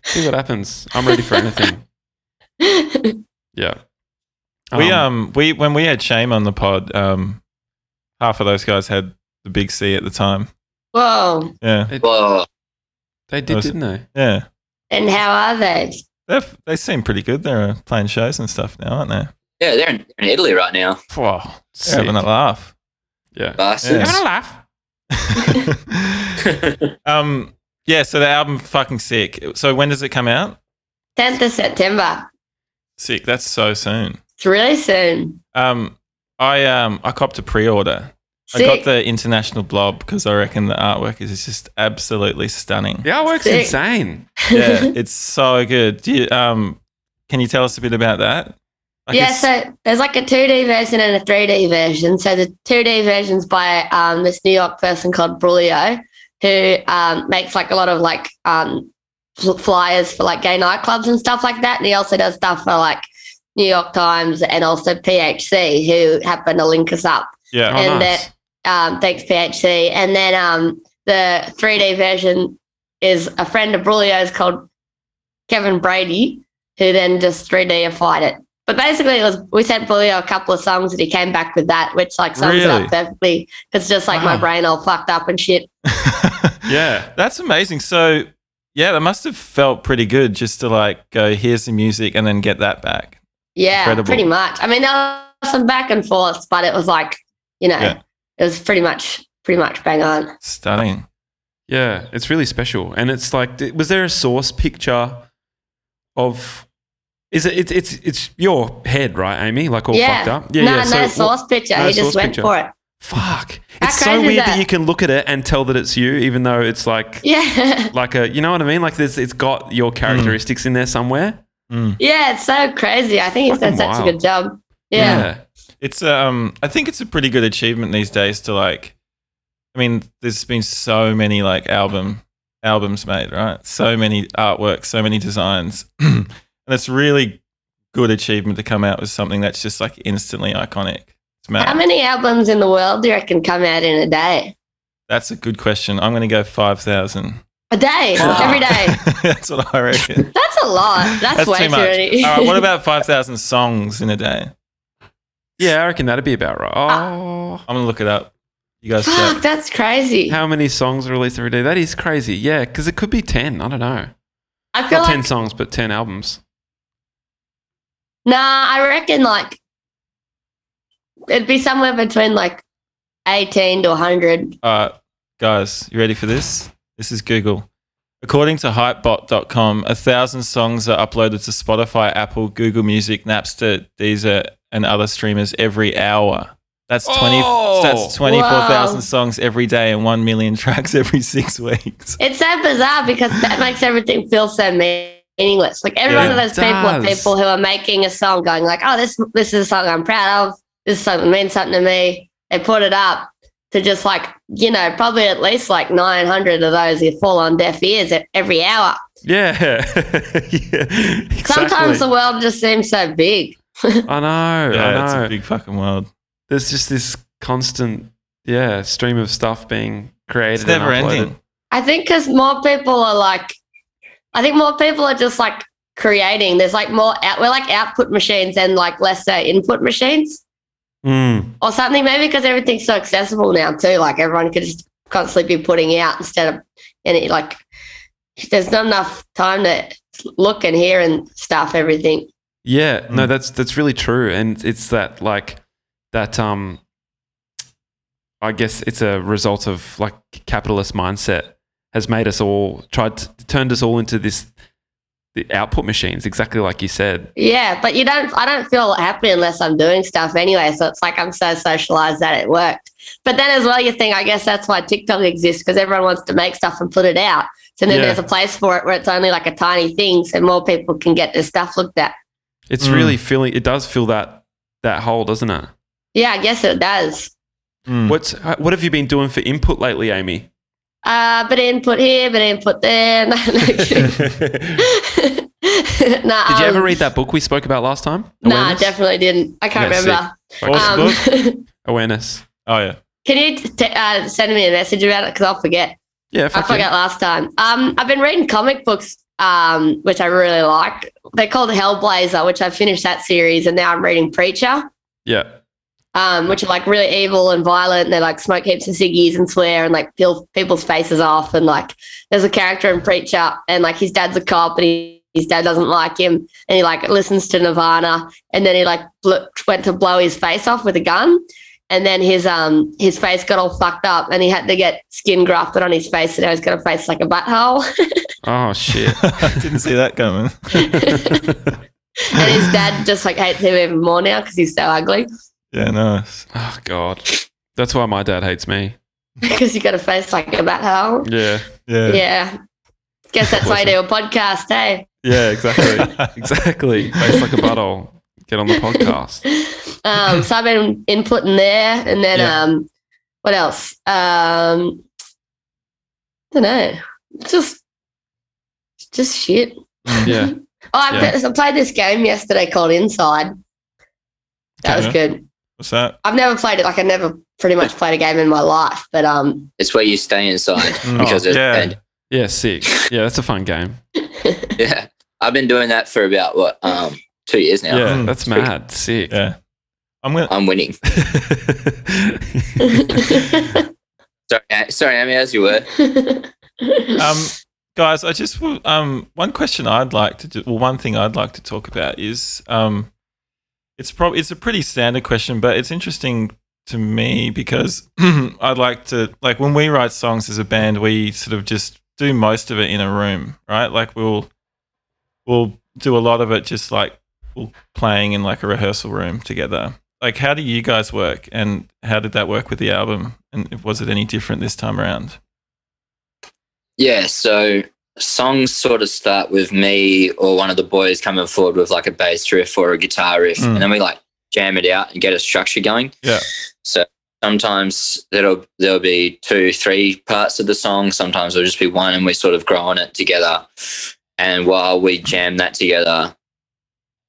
Speaker 1: see what happens. I'm ready for anything. Yeah.
Speaker 3: we um we when we had Shame on the pod, um, half of those guys had the big C at the time.
Speaker 4: Whoa!
Speaker 3: Yeah,
Speaker 6: Well,
Speaker 1: they did,
Speaker 3: was-
Speaker 1: didn't they?
Speaker 3: yeah.
Speaker 4: And how are they?
Speaker 3: They they seem pretty good. They're uh, playing shows and stuff now, aren't they?
Speaker 6: yeah, they're in, they're in Italy right now.
Speaker 3: Wow,
Speaker 1: Sick.
Speaker 3: having a laugh.
Speaker 1: Yeah.
Speaker 6: Bastards.
Speaker 3: Yeah.
Speaker 1: laugh.
Speaker 3: um, yeah. So the album fucking sick. So when does it come out?
Speaker 4: 10th of September.
Speaker 3: Sick. That's so soon.
Speaker 4: It's really soon.
Speaker 3: Um, I um I copped a pre-order.
Speaker 4: Sick.
Speaker 3: I got the international blob because I reckon the artwork is just absolutely stunning.
Speaker 1: The artwork's
Speaker 4: Sick.
Speaker 1: insane.
Speaker 3: yeah, it's so good. Do you, um, can you tell us a bit about that? Like
Speaker 4: yeah,
Speaker 3: it's-
Speaker 4: so there's like a 2D version and a 3D version. So the 2D version's by um, this New York person called Brulio, who um, makes like a lot of like um, fl- flyers for like gay nightclubs and stuff like that. And he also does stuff for like New York Times and also PHC, who happened to link us up.
Speaker 1: Oh,
Speaker 3: yeah,
Speaker 4: And
Speaker 1: nice.
Speaker 4: um, thanks PHC. And then um, the 3D version is a friend of Brulio's called Kevin Brady, who then just 3Dified it. But basically, it was we sent Brulio a couple of songs, and he came back with that, which like sums it
Speaker 3: Really?
Speaker 4: up perfectly. It's just like
Speaker 3: Wow.
Speaker 4: my brain all fucked up and shit.
Speaker 1: yeah.
Speaker 3: that's amazing. So yeah, that must have felt pretty good just to like go here's the music and then get that back.
Speaker 4: Yeah,
Speaker 3: Incredible.
Speaker 4: pretty much. I mean, there was some back and forth, but it was like you know,
Speaker 3: Yeah.
Speaker 4: it was pretty much pretty much bang on.
Speaker 3: Stunning.
Speaker 1: Yeah, it's really special, and it's like, th- was there a source picture of? Is it? It's it's it's your head, right, Amy? Like all
Speaker 4: yeah,
Speaker 1: fucked up.
Speaker 4: no, no
Speaker 1: so-
Speaker 4: source picture.
Speaker 1: no
Speaker 4: he
Speaker 1: source
Speaker 4: just went
Speaker 1: picture.
Speaker 4: for it.
Speaker 1: Fuck!
Speaker 4: How
Speaker 1: it's so
Speaker 4: crazy is
Speaker 1: weird that?
Speaker 4: that?
Speaker 1: you can look at it and tell that it's you, even though it's like
Speaker 4: Yeah.
Speaker 1: like a you know what I mean. Like there's it's got your
Speaker 3: Hmm.
Speaker 1: characteristics in there somewhere.
Speaker 3: Mm.
Speaker 4: Yeah, it's so crazy. I think he's done
Speaker 1: Fucking
Speaker 4: such
Speaker 1: wild.
Speaker 4: a good job. Yeah.
Speaker 3: It's um, I think it's a pretty good achievement these days to like. I mean, there's been so many like album albums made, right? So many artworks, so many designs, and it's really good achievement to come out with something that's just like instantly iconic. It's mad.
Speaker 4: How many albums in the world do you reckon come out in a day?
Speaker 3: That's a good question. I'm going to go 5,000.
Speaker 4: A day,
Speaker 1: Fuck.
Speaker 4: every day.
Speaker 3: That's what I reckon.
Speaker 4: That's a lot. Uh, That's,
Speaker 3: That's
Speaker 4: way
Speaker 3: too
Speaker 4: too
Speaker 3: much.
Speaker 4: many.
Speaker 3: All right, what about 5,000 songs in a day?
Speaker 1: yeah, I reckon that'd be about right. Oh,
Speaker 4: Ah.
Speaker 3: I'm going to look it up. You guys
Speaker 4: Fuck,
Speaker 3: check.
Speaker 4: that's crazy.
Speaker 1: how many songs are released every day? That is crazy. Yeah, because it could be ten. I don't know,
Speaker 4: I feel
Speaker 1: not
Speaker 4: like
Speaker 1: ten songs, but ten albums.
Speaker 4: nah. I reckon like it'd be somewhere between like eighteen to hundred.
Speaker 3: All right, guys, you ready for this? This is Google. According to hypebot.com, a thousand songs are uploaded to Spotify, Apple, Google Music, Napster, Deezer, and other streamers every hour. That's 20
Speaker 1: Oh!
Speaker 3: that's 24,000
Speaker 4: Wow.
Speaker 3: songs every day and 1 million tracks every 6 weeks.
Speaker 4: It's so bizarre because that makes everything feel so meaningless. Like every
Speaker 3: Yeah,
Speaker 4: one of
Speaker 1: it
Speaker 4: those people are
Speaker 1: does.
Speaker 4: people who are making a song, going like, "Oh, this this is a song I'm proud of. This is something that means something to me." They put it up to just like you know probably at least like 900 of those who fall on deaf ears e- every hour.
Speaker 1: Yeah, yeah. Exactly.
Speaker 4: Sometimes the world just seems so big.
Speaker 1: I know,
Speaker 3: Yeah, it's
Speaker 1: Oh, I know.
Speaker 3: a big fucking world.
Speaker 1: There's just this constant, yeah, stream of stuff being created.
Speaker 3: It's never
Speaker 1: and uploaded.
Speaker 3: ending.
Speaker 4: I think because more people are like, I think more people are just like creating. There's like more out, we're like output machines and like lesser input machines.
Speaker 1: Mm.
Speaker 4: or something. Maybe because everything's so accessible now too. Like everyone could just constantly be putting out instead of and it like there's not enough time to look and hear and stuff everything.
Speaker 1: Yeah, no,
Speaker 3: Mm.
Speaker 1: that's that's really true, and it's that like that. Um, I guess it's a result of like capitalist mindset has made us all tried to, turned us all into this the output machines, exactly like you said.
Speaker 4: Yeah, but you don't. I don't feel happy unless I'm doing stuff anyway. So it's like I'm so socialized that it worked. But then as well, you think I guess that's why TikTok exists because everyone wants to make stuff and put it out. So then
Speaker 3: Yeah.
Speaker 4: there's a place for it where it's only like a tiny thing, so more people can get their stuff looked at.
Speaker 1: It's
Speaker 3: Mm.
Speaker 1: really feeling. It does feel that that hole, doesn't it?
Speaker 4: Yeah, I guess it does.
Speaker 3: Mm.
Speaker 1: What's what have you been doing for input lately, Amy?
Speaker 4: Uh, bit of input here, bit of input there. No, no, kidding. Nah,
Speaker 1: Did you ever
Speaker 4: um,
Speaker 1: read that book we spoke about last time?
Speaker 4: Nah,
Speaker 1: Awareness?
Speaker 4: definitely didn't. I can't
Speaker 1: That's it.
Speaker 4: remember.
Speaker 1: Fucking
Speaker 3: Awesome.
Speaker 1: book.
Speaker 4: Um,
Speaker 1: Awareness.
Speaker 3: Oh yeah.
Speaker 4: Can you t- uh, send me a message about it? Because I'll forget.
Speaker 1: Yeah,
Speaker 4: I
Speaker 1: fuck yeah.
Speaker 4: forgot last time. Um, I've been reading comic books, um, which I really like. They're called Hellblazer, which I finished that series, and now I'm reading Preacher,
Speaker 1: Yeah.
Speaker 4: um, which are like really evil and violent. And they like smoke heaps of ciggies and swear and like peel people's faces off. And like there's a character in Preacher, and like his dad's a cop, and he, his dad doesn't like him, and he like listens to Nirvana, and then he like bl- went to blow his face off with a gun. And then his um his face got all fucked up, and he had to get skin grafted on his face, and now he's got a face like a butthole.
Speaker 1: Oh shit.
Speaker 3: Didn't see that coming.
Speaker 4: and his dad just like hates him even more now because he's so ugly
Speaker 3: Yeah, nice.
Speaker 1: Oh god. That's why my dad hates me.
Speaker 4: because you got a face like a bat hole.
Speaker 1: Yeah.
Speaker 3: Yeah.
Speaker 4: Yeah. Guess that's why you do a podcast, hey?
Speaker 1: Yeah, exactly. exactly. Face like a butthole. Get on the podcast.
Speaker 4: Um, so I've been inputting there, and then
Speaker 1: Yeah.
Speaker 4: um, what else? Um, I don't know. Just, just shit.
Speaker 1: Yeah.
Speaker 4: Oh, I,
Speaker 1: Yeah.
Speaker 4: played, I played this game yesterday called Inside. That was good.
Speaker 3: What's that?
Speaker 4: I've never played it. Like I never pretty much played a game in my life, but um,
Speaker 6: It's where you stay inside
Speaker 3: Mm.
Speaker 6: because
Speaker 3: Oh,
Speaker 6: it's
Speaker 3: yeah.
Speaker 6: and-
Speaker 1: Yeah, sick. Yeah, that's a fun game.
Speaker 6: yeah. I've been doing that for about what um two years now.
Speaker 1: Yeah,
Speaker 3: Mm.
Speaker 1: that's mad. Sick.
Speaker 3: Yeah. I'm gonna.
Speaker 6: I'm winning. Sorry, A- sorry, Amy, as you were.
Speaker 3: Um, guys, I just w- um one question I'd like to do. Well, one thing I'd like to talk about is um, it's probably it's a pretty standard question, but it's interesting to me because I'd like to like when we write songs as a band, we sort of just do most of it in a room, right? Like we'll we'll do a lot of it just like we'll playing in like a rehearsal room together. Like, how do you guys work, and how did that work with the album, and was it any different this time around?
Speaker 6: Yeah, so songs sort of start with me or one of the boys coming forward with like a bass riff or a guitar riff,
Speaker 3: Mm.
Speaker 6: and then we like jam it out and get a structure going.
Speaker 3: Yeah.
Speaker 6: So sometimes there'll there'll be two, three parts of the song. Sometimes it'll just be one, and we sort of grow on it together. And while we jam that together,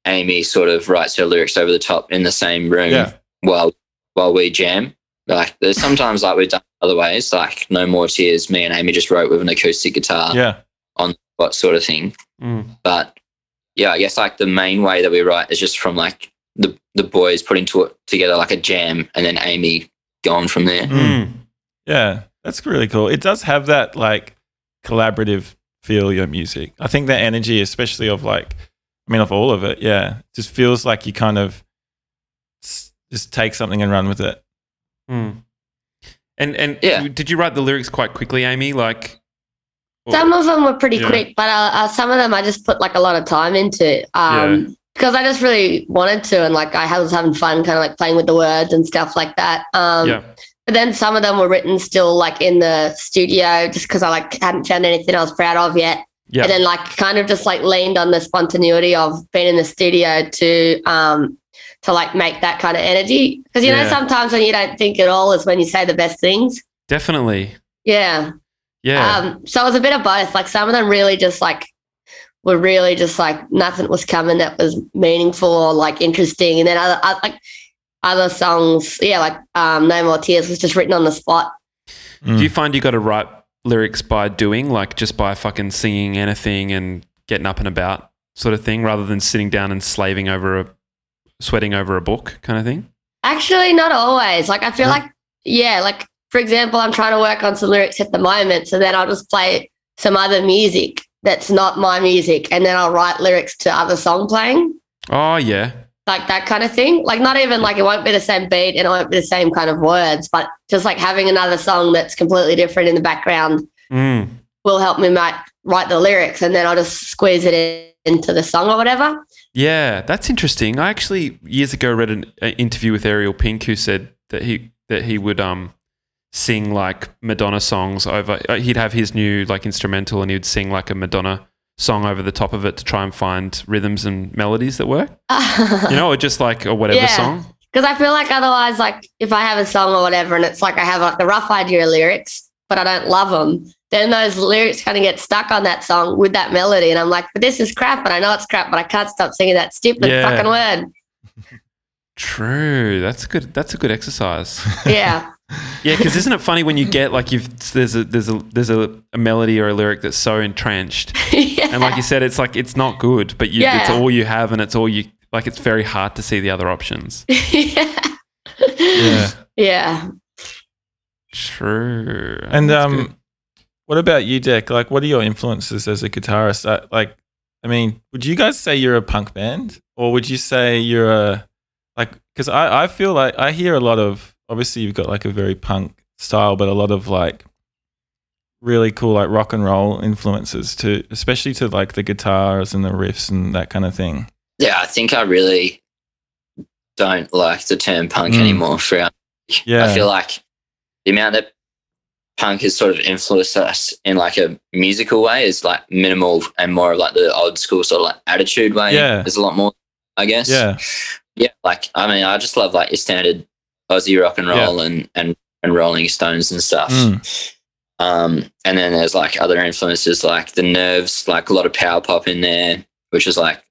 Speaker 6: Amy sort of writes her lyrics over the top in the same room
Speaker 3: Yeah.
Speaker 6: while while we jam. Like there's sometimes like we've done other ways, like No More Tears, me and Amy just wrote with an acoustic guitar,
Speaker 3: Yeah.
Speaker 6: what sort of thing.
Speaker 1: Mm.
Speaker 6: But yeah, I guess like the main way that we write is just from like the the boys putting to together like a jam and then Amy going from there.
Speaker 1: Mm.
Speaker 3: Yeah, that's really cool. It does have that like collaborative feel your music. I think that energy, especially of like, I mean, of all of it, yeah, just feels like you kind of s- just take something and run with it.
Speaker 1: Mm. And and
Speaker 6: Yeah.
Speaker 1: did you write the lyrics quite quickly, Amy? Like or-
Speaker 4: Some of them were pretty
Speaker 1: Yeah.
Speaker 4: quick, but uh, uh, some of them I just put like a lot of time into um, because I just really wanted to, and like I was having fun, kind of like playing with the words and stuff like that. Um,
Speaker 1: yeah.
Speaker 4: But then some of them were written still like in the studio, just because I like hadn't found anything I was proud of yet,
Speaker 1: Yeah.
Speaker 4: and then like kind of just like leaned on the spontaneity of being in the studio to um to like make that kind of energy because you know
Speaker 1: Yeah.
Speaker 4: sometimes when you don't think at all is when you say the best things.
Speaker 1: Definitely.
Speaker 4: Yeah.
Speaker 1: Yeah.
Speaker 4: Um, so it was a bit of both. Like some of them really just like were really just like nothing was coming that was meaningful or like interesting, and then other, other like other songs, yeah, like um, "No More Tears" was just written on the spot.
Speaker 1: Do you find you got to write lyrics by doing, like just by fucking singing anything and getting up and about sort of thing, rather than sitting down and slaving over a, sweating over a book kind of thing?
Speaker 4: Actually, not always. Like I feel like yeah, like for example, I'm trying to work on some lyrics at the moment, so then I'll just play some other music that's not my music, and then I'll write lyrics to other song playing.
Speaker 1: Oh yeah.
Speaker 4: like that kind of thing. Like not even like it won't be the same beat and it won't be the same kind of words, but just like having another song that's completely different in the background
Speaker 1: Mm.
Speaker 4: will help me might write the lyrics and then I'll just squeeze it in, into the song or whatever.
Speaker 1: Yeah, that's interesting. I actually years ago read an a interview with Ariel Pink who said that he that he would um sing like Madonna songs over. uh, He'd have his new like instrumental and he'd sing like a Madonna song over the top of it to try and find rhythms and melodies that work. You
Speaker 4: Because
Speaker 1: know, or just like or whatever
Speaker 4: Yeah.
Speaker 1: song.
Speaker 4: I feel like otherwise, like if I have a song or whatever and it's like I have like the rough idea of lyrics, but I don't love them, then those lyrics kind of get stuck on that song with that melody. And I'm like, but this is crap. And I know it's crap, but I can't stop singing that stupid
Speaker 1: Yeah.
Speaker 4: fucking word.
Speaker 1: True. That's good. That's a good exercise.
Speaker 4: Yeah.
Speaker 1: Yeah, because isn't it funny when you get like you've there's a there's a there's a, a melody or a lyric that's so entrenched,
Speaker 4: yeah.
Speaker 1: and like you said, it's like it's not good, but you, it's
Speaker 4: Yeah.
Speaker 1: all you have, and it's all you like. It's very hard to see the other options.
Speaker 4: yeah. Mm.
Speaker 3: Yeah.
Speaker 4: Yeah.
Speaker 1: True.
Speaker 3: And
Speaker 1: That's
Speaker 3: um,
Speaker 1: good.
Speaker 3: what about you, Deck? Like, what are your influences as a guitarist? Uh, like, I mean, would you guys say you're a punk band, or would you say you're a like? Because I I feel like I hear a lot of obviously you've got like a very punk style, but a lot of like really cool like rock and roll influences to especially to like the guitars and the riffs and that kind of thing.
Speaker 6: Yeah, I think I really don't like the term punk
Speaker 3: Mm.
Speaker 6: anymore. For our,
Speaker 3: Yeah,
Speaker 6: I feel like the amount that punk has sort of influenced us in like a musical way is like minimal and more of like the old school sort of like attitude way.
Speaker 3: Yeah.
Speaker 6: There's a lot more, I guess.
Speaker 3: yeah,
Speaker 6: Yeah. Like, I mean, I just love like your standard Aussie rock and roll and, and, and Rolling Stones and stuff.
Speaker 3: Mm.
Speaker 6: Um, and then there's like other influences like the nerves, like a lot of power pop in there, which is like,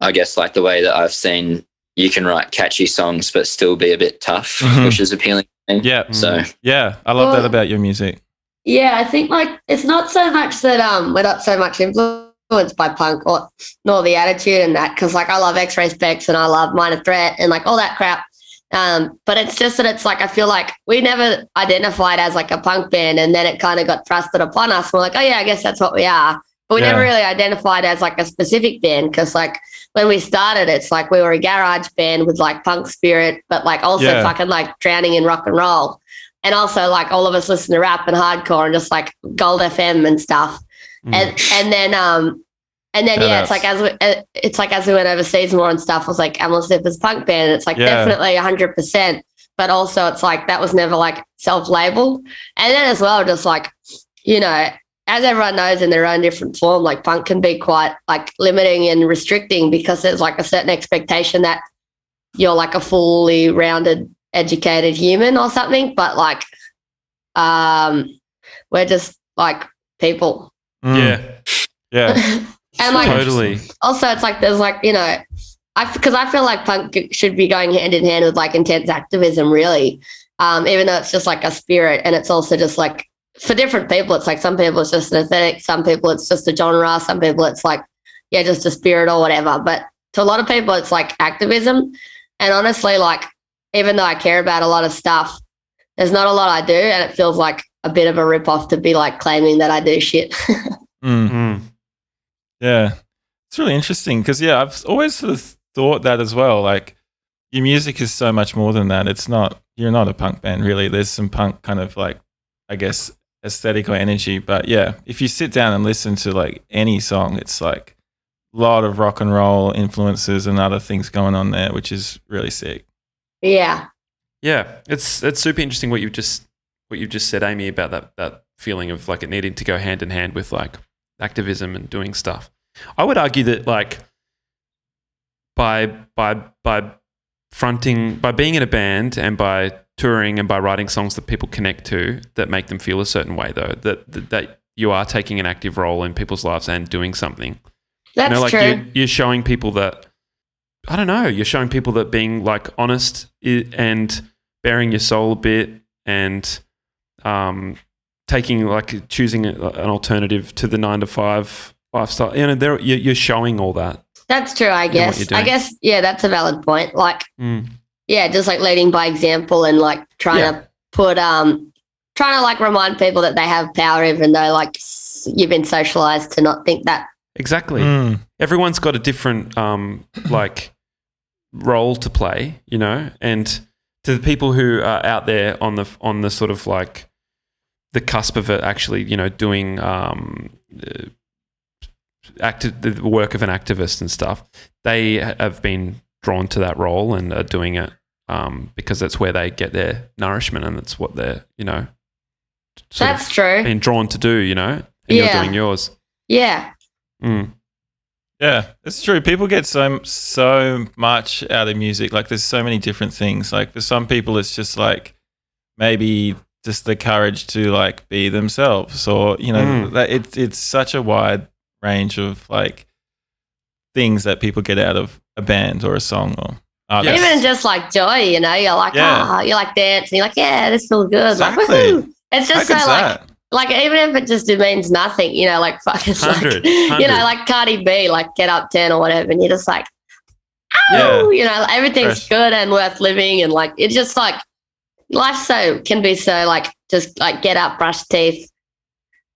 Speaker 6: I guess, like the way that I've seen you can write catchy songs but still be a bit tough,
Speaker 3: Mhm.
Speaker 6: which is appealing. to me.
Speaker 3: yeah,
Speaker 1: Mm.
Speaker 3: Mm.
Speaker 6: So,
Speaker 3: yeah. I love that
Speaker 4: Well-
Speaker 3: about your music.
Speaker 4: Yeah. I think like it's not so much that um we're not so much influenced by punk or nor the attitude and that because like I love X Ray Specs and I love Minor Threat and like all that crap. Um, but it's just that it's like I feel like we never identified as like a punk band and then it kind of got thrusted upon us. We're like, oh yeah, I guess that's what we are. But we never
Speaker 3: Yeah.
Speaker 4: really identified as like a specific band because like when we started, it's like we were a garage band with like punk spirit, but like also
Speaker 3: Yeah.
Speaker 4: fucking like drowning in rock and roll. And also like all of us listen to rap and hardcore and just like Gold FM and stuff.
Speaker 1: Mm.
Speaker 4: And and then um and then
Speaker 3: Shout
Speaker 4: yeah, it's
Speaker 3: outs.
Speaker 4: like as we uh, it's like as we went overseas more and stuff, I was like Amel Zipper's punk band. It's like
Speaker 3: Yeah.
Speaker 4: definitely hundred percent. But also it's like that was never like self-labeled. And then as well, just like, you know, as everyone knows in their own different form, like punk can be quite like limiting and restricting because there's like a certain expectation that you're like a fully rounded, educated human or something. But like, um, we're just like people.
Speaker 3: Mm.
Speaker 1: yeah,
Speaker 3: yeah,
Speaker 4: and like,
Speaker 1: totally.
Speaker 4: also, it's like there's like, you know, I because I feel like punk should be going hand in hand with like intense activism, really. Um, even though it's just like a spirit, and it's also just like for different people, it's like some people it's just an aesthetic, some people it's just a genre, some people it's like yeah, just a spirit or whatever. But to a lot of people, it's like activism, and honestly, like even though I care about a lot of stuff, there's not a lot I do, and it feels like a bit of a rip off to be like claiming that I do shit.
Speaker 3: Mm.
Speaker 1: Mm.
Speaker 3: Yeah. It's really interesting because, yeah, I've always sort of thought that as well. Like, your music is so much more than that. It's not, you're not a punk band, really. There's some punk kind of like, I guess, aesthetic or energy. But yeah, if you sit down and listen to like any song, it's like a lot of rock and roll influences and other things going on there, which is really sick.
Speaker 4: yeah.
Speaker 1: Yeah, it's it's super interesting what you've just what you've just said, Amy, about that that feeling of like it needing to go hand in hand with like activism and doing stuff. I would argue that like by by by fronting by being in a band and by touring and by writing songs that people connect to that make them feel a certain way though that that, that you are taking an active role in people's lives and doing something
Speaker 4: That's
Speaker 1: you know, like
Speaker 4: true.
Speaker 1: You're, you're showing people that I don't know. You're showing people that being like honest i- and bearing your soul a bit and um, taking like choosing a- an alternative to the nine to five lifestyle. You know, there you're, you're showing all that.
Speaker 4: that's true,
Speaker 1: know
Speaker 4: I
Speaker 1: what
Speaker 4: guess.
Speaker 1: you're
Speaker 4: I
Speaker 1: doing.
Speaker 4: guess, yeah, that's a valid point. Like,
Speaker 1: Mm.
Speaker 4: yeah, just like leading by example and like trying
Speaker 1: Yeah.
Speaker 4: to put, um, trying to like remind people that they have power, even though like s- you've been socialized to not think that
Speaker 1: Exactly.
Speaker 3: Mm.
Speaker 1: Everyone's got a different um, like role to play, you know, and to the people who are out there on the on the sort of like the cusp of it, actually, you know, doing um, uh, acti- the work of an activist and stuff, they have been drawn to that role and are doing it um, because that's where they get their nourishment and that's what they're, you know, sort of
Speaker 4: That's true.
Speaker 1: being drawn to do, you know, and you're
Speaker 4: Yeah.
Speaker 1: doing yours.
Speaker 4: Yeah.
Speaker 1: Mm.
Speaker 3: Yeah, it's true. People get so so much out of music. Like, there's so many different things. Like, for some people, it's just like maybe just the courage to like be themselves, or you know,
Speaker 1: Mm.
Speaker 3: that it's it's such a wide range of like things that people get out of a band or a song or artist.
Speaker 4: Even just like joy, you know, you're like,
Speaker 3: Yeah.
Speaker 4: ah, you're like dancing, you're like, yeah, this feels good.
Speaker 3: Exactly.
Speaker 4: Like, woohoo. It's
Speaker 3: How
Speaker 4: just
Speaker 3: good's
Speaker 4: so like
Speaker 3: that?
Speaker 4: like even if it just means nothing, you know, like fucking like
Speaker 1: 100,
Speaker 4: you
Speaker 1: 100.
Speaker 4: know, like Cardi B, like get up ten or whatever, and you're just like, oh, you know, everything's
Speaker 3: Fresh.
Speaker 4: good and worth living, and like it's just like life's so can be so like just like get up, brush teeth,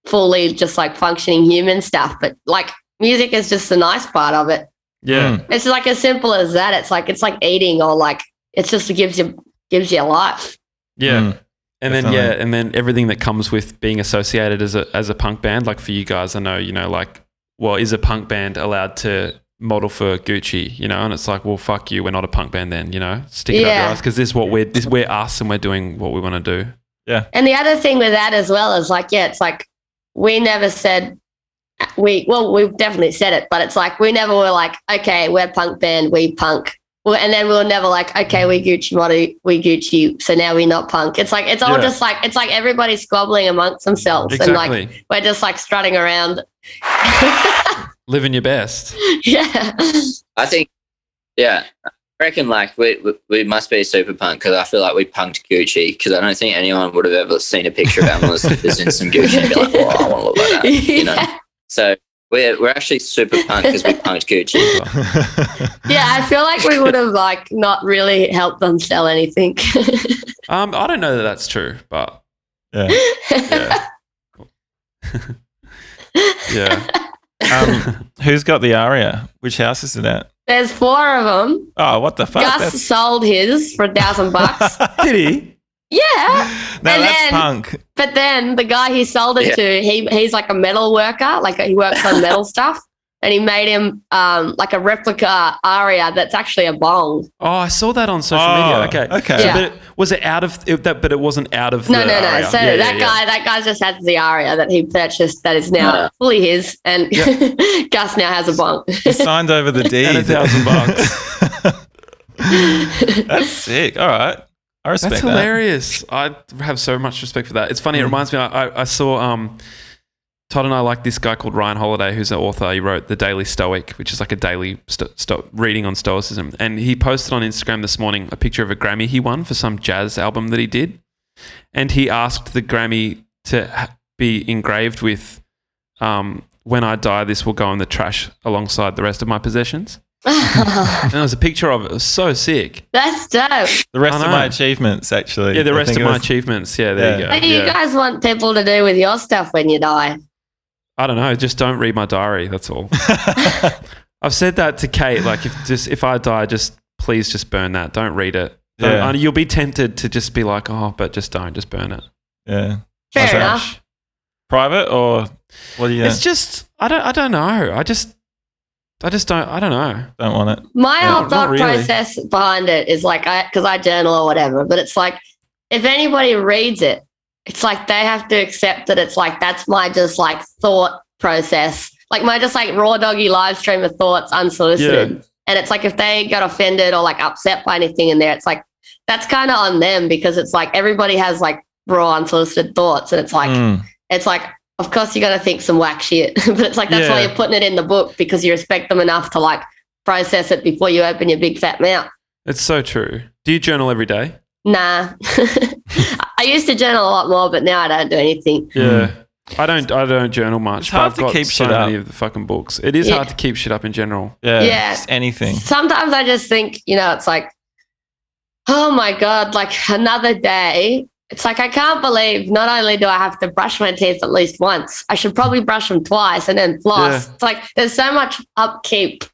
Speaker 4: fully just like functioning human stuff, but like music is just the nice part of it.
Speaker 1: Yeah.
Speaker 3: Mm.
Speaker 4: It's like as simple as that. It's like it's like eating or like it just gives you gives you life.
Speaker 1: Yeah.
Speaker 3: Mm.
Speaker 1: And then
Speaker 3: Definitely.
Speaker 1: yeah, and then everything that comes with being associated as a as a punk band, like for you guys, I know you know like, well, is a punk band allowed to model for Gucci? You know, and it's like, well, fuck you, we're not a punk band then. You know, stick it up your
Speaker 4: Yeah.
Speaker 1: ass because this is what we're this we're us and we're doing what we want to do.
Speaker 4: And the other thing with that as well is like, yeah, it's like we never said we well, we've definitely said it, but it's like we never were like, okay, we're punk band, we punk. Well, and then we were never like, okay, we Gucci model, we Gucci, so now we're not punk. It's like it's all
Speaker 1: Yeah.
Speaker 4: just like it's like everybody's squabbling amongst themselves, and like
Speaker 1: Exactly,
Speaker 4: we're just like strutting around.
Speaker 1: living your best.
Speaker 4: yeah,
Speaker 6: I think, yeah, I reckon like we we, we must be super punk because I feel like we punked Gucci because I don't think anyone would have ever seen a picture of Amelia's that's in some Gucci and be like, "Whoa, I want to look like that." You know.
Speaker 4: Yeah.
Speaker 6: So we're we're actually super punk because we punked Gucci.
Speaker 3: Mm.
Speaker 4: yeah. I feel like we would have like not really helped them sell anything.
Speaker 1: Um, I don't know that that's true, but
Speaker 3: yeah.
Speaker 1: yeah, yeah.
Speaker 3: Um, who's got the aria? Which house is it at?
Speaker 4: There's four of them.
Speaker 3: Oh, what the fuck?
Speaker 4: Gus
Speaker 3: That's-
Speaker 4: sold his for a thousand bucks.
Speaker 1: Did he?
Speaker 4: yeah,
Speaker 3: No,
Speaker 4: And
Speaker 3: that's
Speaker 4: then-
Speaker 3: punk.
Speaker 4: but then the guy he sold it
Speaker 6: Yeah.
Speaker 4: to, he he's like a metal worker, like he works on metal stuff, and he made him um like a replica aria that's actually a bong.
Speaker 1: Oh, I saw that on social media.
Speaker 3: Oh,
Speaker 1: Okay,
Speaker 3: okay.
Speaker 1: So,
Speaker 4: Yeah.
Speaker 1: but it, was it out of it, that? But it wasn't out of
Speaker 4: No,
Speaker 1: the
Speaker 4: no, no.
Speaker 1: area.
Speaker 4: So
Speaker 1: Yeah, yeah,
Speaker 4: that
Speaker 1: yeah.
Speaker 4: guy, that guy just has the aria that he purchased that is now
Speaker 1: Ah.
Speaker 6: Yeah.
Speaker 4: fully his, and Gus now has a bong.
Speaker 3: He signed over the deed.
Speaker 1: And a thousand
Speaker 3: bucks. That's sick. All right. I respect
Speaker 1: That's
Speaker 3: that. Mm.
Speaker 1: hilarious. I have so much respect for that. It's funny. It reminds me. I, I- I saw um, Todd and I like this guy called Ryan Holiday, who's an author. He wrote the Daily Stoic, which is like a daily sto- sto- reading on Stoicism. And he posted on Instagram this morning a picture of a Grammy he won for some jazz album that he did, and he asked the Grammy to ha- be engraved with um, "When I die, this will go in the trash alongside the rest of my possessions." And there was a picture of it. It was so sick.
Speaker 4: that's dope.
Speaker 3: The rest
Speaker 1: I
Speaker 3: of
Speaker 1: know.
Speaker 3: my achievements, actually.
Speaker 1: Yeah, the
Speaker 3: I
Speaker 1: rest
Speaker 3: think
Speaker 1: of
Speaker 3: it
Speaker 1: my
Speaker 3: was-
Speaker 1: achievements. Yeah, there
Speaker 3: Yeah.
Speaker 1: you
Speaker 4: What
Speaker 1: go.
Speaker 4: do you
Speaker 1: Yeah.
Speaker 4: guys want people to do with your stuff when you die?
Speaker 1: I don't know. Just don't read my diary. That's all. I've said that to Kate. Like, if just if I die, just please just burn that. Don't read it. Don't-
Speaker 3: Yeah.
Speaker 1: and you'll be tempted to just be like, oh, but just don't. Just burn it.
Speaker 3: Yeah.
Speaker 4: Fair
Speaker 3: Awesome.
Speaker 4: enough.
Speaker 3: Private or what do you
Speaker 1: It's just I don't I don't know. I just I just don't I don't know.
Speaker 3: don't want it?
Speaker 4: My
Speaker 1: Yeah,
Speaker 4: whole
Speaker 1: not
Speaker 4: thought
Speaker 1: really.
Speaker 4: process behind it is like I because I journal or whatever, but it's like if anybody reads it, it's like they have to accept that it's like that's my just like thought process, like my just like raw doggy live stream of thoughts unsolicited. And it's like if they got offended or like upset by anything in there, it's like that's kind of on them because it's like everybody has like raw unsolicited thoughts, and it's like
Speaker 3: Mm.
Speaker 4: it's like of course you're gonna think some whack shit, but it's like that's why
Speaker 1: Yeah.
Speaker 4: you're putting it in the book because you respect them enough to like process it before you open your big fat mouth.
Speaker 1: It's so true. Do you journal every day?
Speaker 4: Nah, I used to journal a lot more, but now I don't do anything.
Speaker 1: Yeah. Hmm. I don't. I don't journal much.
Speaker 3: It's
Speaker 1: but
Speaker 3: hard
Speaker 1: I've
Speaker 3: to
Speaker 1: got
Speaker 3: keep
Speaker 1: so
Speaker 3: shit up.
Speaker 1: many of the fucking books. It is
Speaker 4: Yeah.
Speaker 1: hard to keep shit up in general.
Speaker 3: Yeah.
Speaker 4: Yeah.
Speaker 3: Just anything.
Speaker 4: Sometimes I just think, you know, it's like, oh my god, like another day It's like I can't believe not only do I have to brush my teeth at least once, I should probably brush them twice and then floss. It's like there's so much upkeep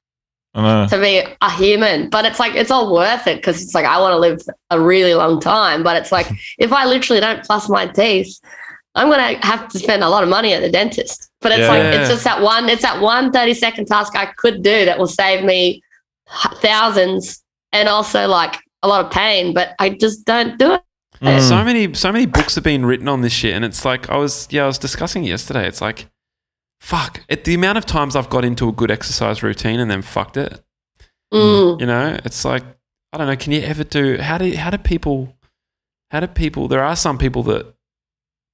Speaker 3: I know.
Speaker 4: to be a human, but it's like it's all worth it because it's like I want to live a really long time. But it's like if I literally don't floss my teeth, I'm gonna have to spend a lot of money at the dentist. But it's like
Speaker 3: Yeah.
Speaker 4: it's just that one, it's that one 30 second task I could do that will save me h- thousands and also like a lot of pain, but I just don't do it.
Speaker 3: Mm.
Speaker 1: So many, so many books have been written on this shit, and it's like I was, yeah, I was discussing it yesterday. It's like, fuck, it, the amount of times I've got into a good exercise routine and then fucked it.
Speaker 4: Mm.
Speaker 1: You know, it's like I don't know. Can you ever do? How do how do people? How do people? There are some people that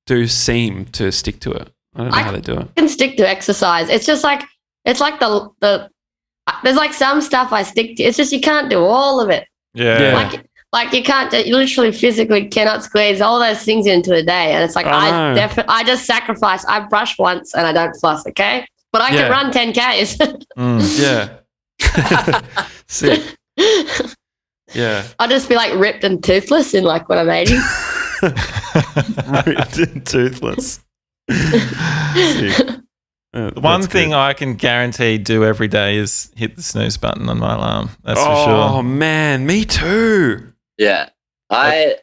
Speaker 1: do seem to stick to it. I don't know
Speaker 4: I-
Speaker 1: how they do it.
Speaker 4: I can stick to exercise. It's just like it's like the the there's like some stuff I stick to. It's just you can't do all of it.
Speaker 3: yeah.
Speaker 1: Yeah.
Speaker 4: like like you can't you literally physically cannot squeeze all those things into a day and it's like
Speaker 1: I know.
Speaker 4: i defi- i just sacrifice i brush once and i don't floss okay but i
Speaker 1: Yeah.
Speaker 4: can run 10ks
Speaker 3: Mm.
Speaker 1: Yeah. Sick. Yeah.
Speaker 4: i'll just be like ripped and toothless in like when i'm 80
Speaker 1: Ripped and toothless. Sick. Uh,
Speaker 3: The one
Speaker 1: that's
Speaker 3: thing
Speaker 1: good.
Speaker 3: I can guarantee do every day is hit the snooze button on my alarm. That's
Speaker 1: oh,
Speaker 3: for sure.
Speaker 1: man, me too.
Speaker 6: Yeah. I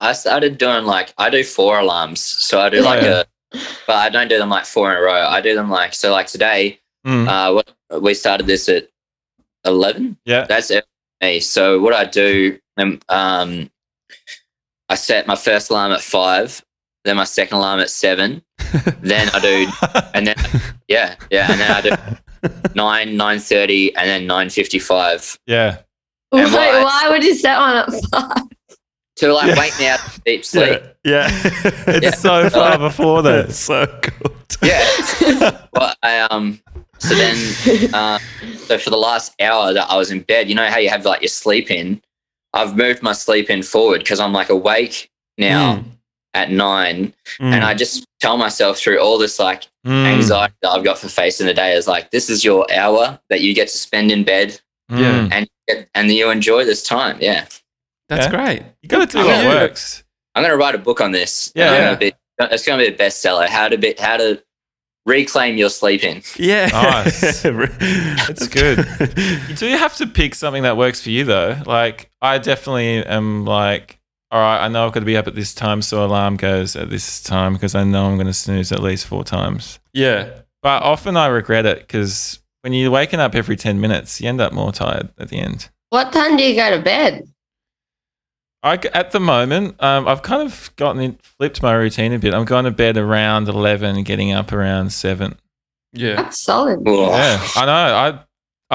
Speaker 6: I started doing like I do four alarms. So I do like
Speaker 3: Yeah.
Speaker 6: a but I don't do them like four in a row. I do them like so like today,
Speaker 3: Mm.
Speaker 6: uh what we started this at eleven.
Speaker 3: yeah.
Speaker 6: That's it for me. So what I do um, um I set my first alarm at five, then my second alarm at seven, then I do and then yeah, yeah, and then I do nine, nine thirty, and then nine fifty five.
Speaker 3: yeah.
Speaker 4: Wait,
Speaker 6: And why?
Speaker 4: why would you set one up
Speaker 6: To like
Speaker 3: Yeah.
Speaker 6: wake me out of deep sleep.
Speaker 1: Yeah.
Speaker 3: It's
Speaker 6: Yeah.
Speaker 3: so far before
Speaker 1: That's
Speaker 3: that.
Speaker 1: so good.
Speaker 6: Yeah. but I um so then uh, so for the last hour that I was in bed, you know how you have like your sleep in. I've moved my sleep in forward because I'm like awake now
Speaker 3: Hmm.
Speaker 6: at nine, and I just tell myself through all this like
Speaker 3: Mm.
Speaker 6: anxiety that I've got for facing the day is like this is your hour that you get to spend in bed
Speaker 3: Mm.
Speaker 6: and and you enjoy this time. Yeah,
Speaker 1: That's
Speaker 3: Yeah.
Speaker 1: great.
Speaker 3: You got to do
Speaker 6: I'm
Speaker 3: what
Speaker 1: gonna-
Speaker 3: works.
Speaker 6: I'm gonna write a book on this.
Speaker 3: Yeah,
Speaker 6: I'm gonna
Speaker 3: yeah.
Speaker 6: be- it's gonna be a bestseller. How to be how to reclaim your sleep in.
Speaker 1: Yeah.
Speaker 3: Nice.
Speaker 1: it's
Speaker 3: good. You do have to pick something that works for you though. Like I definitely am like, all right, I know I've got to be up at this time, so alarm goes at this time because I know I'm going to snooze at least four times.
Speaker 1: yeah.
Speaker 3: But often I regret it because when you're waking up every 10 minutes, you end up more tired at the end.
Speaker 4: what time do you go to bed
Speaker 3: I, at the moment, um, I've kind of gotten it, flipped my routine a bit. I'm going to bed around 11 and getting up around 7.
Speaker 1: Yeah.
Speaker 4: that's solid
Speaker 3: Yeah, I know. I,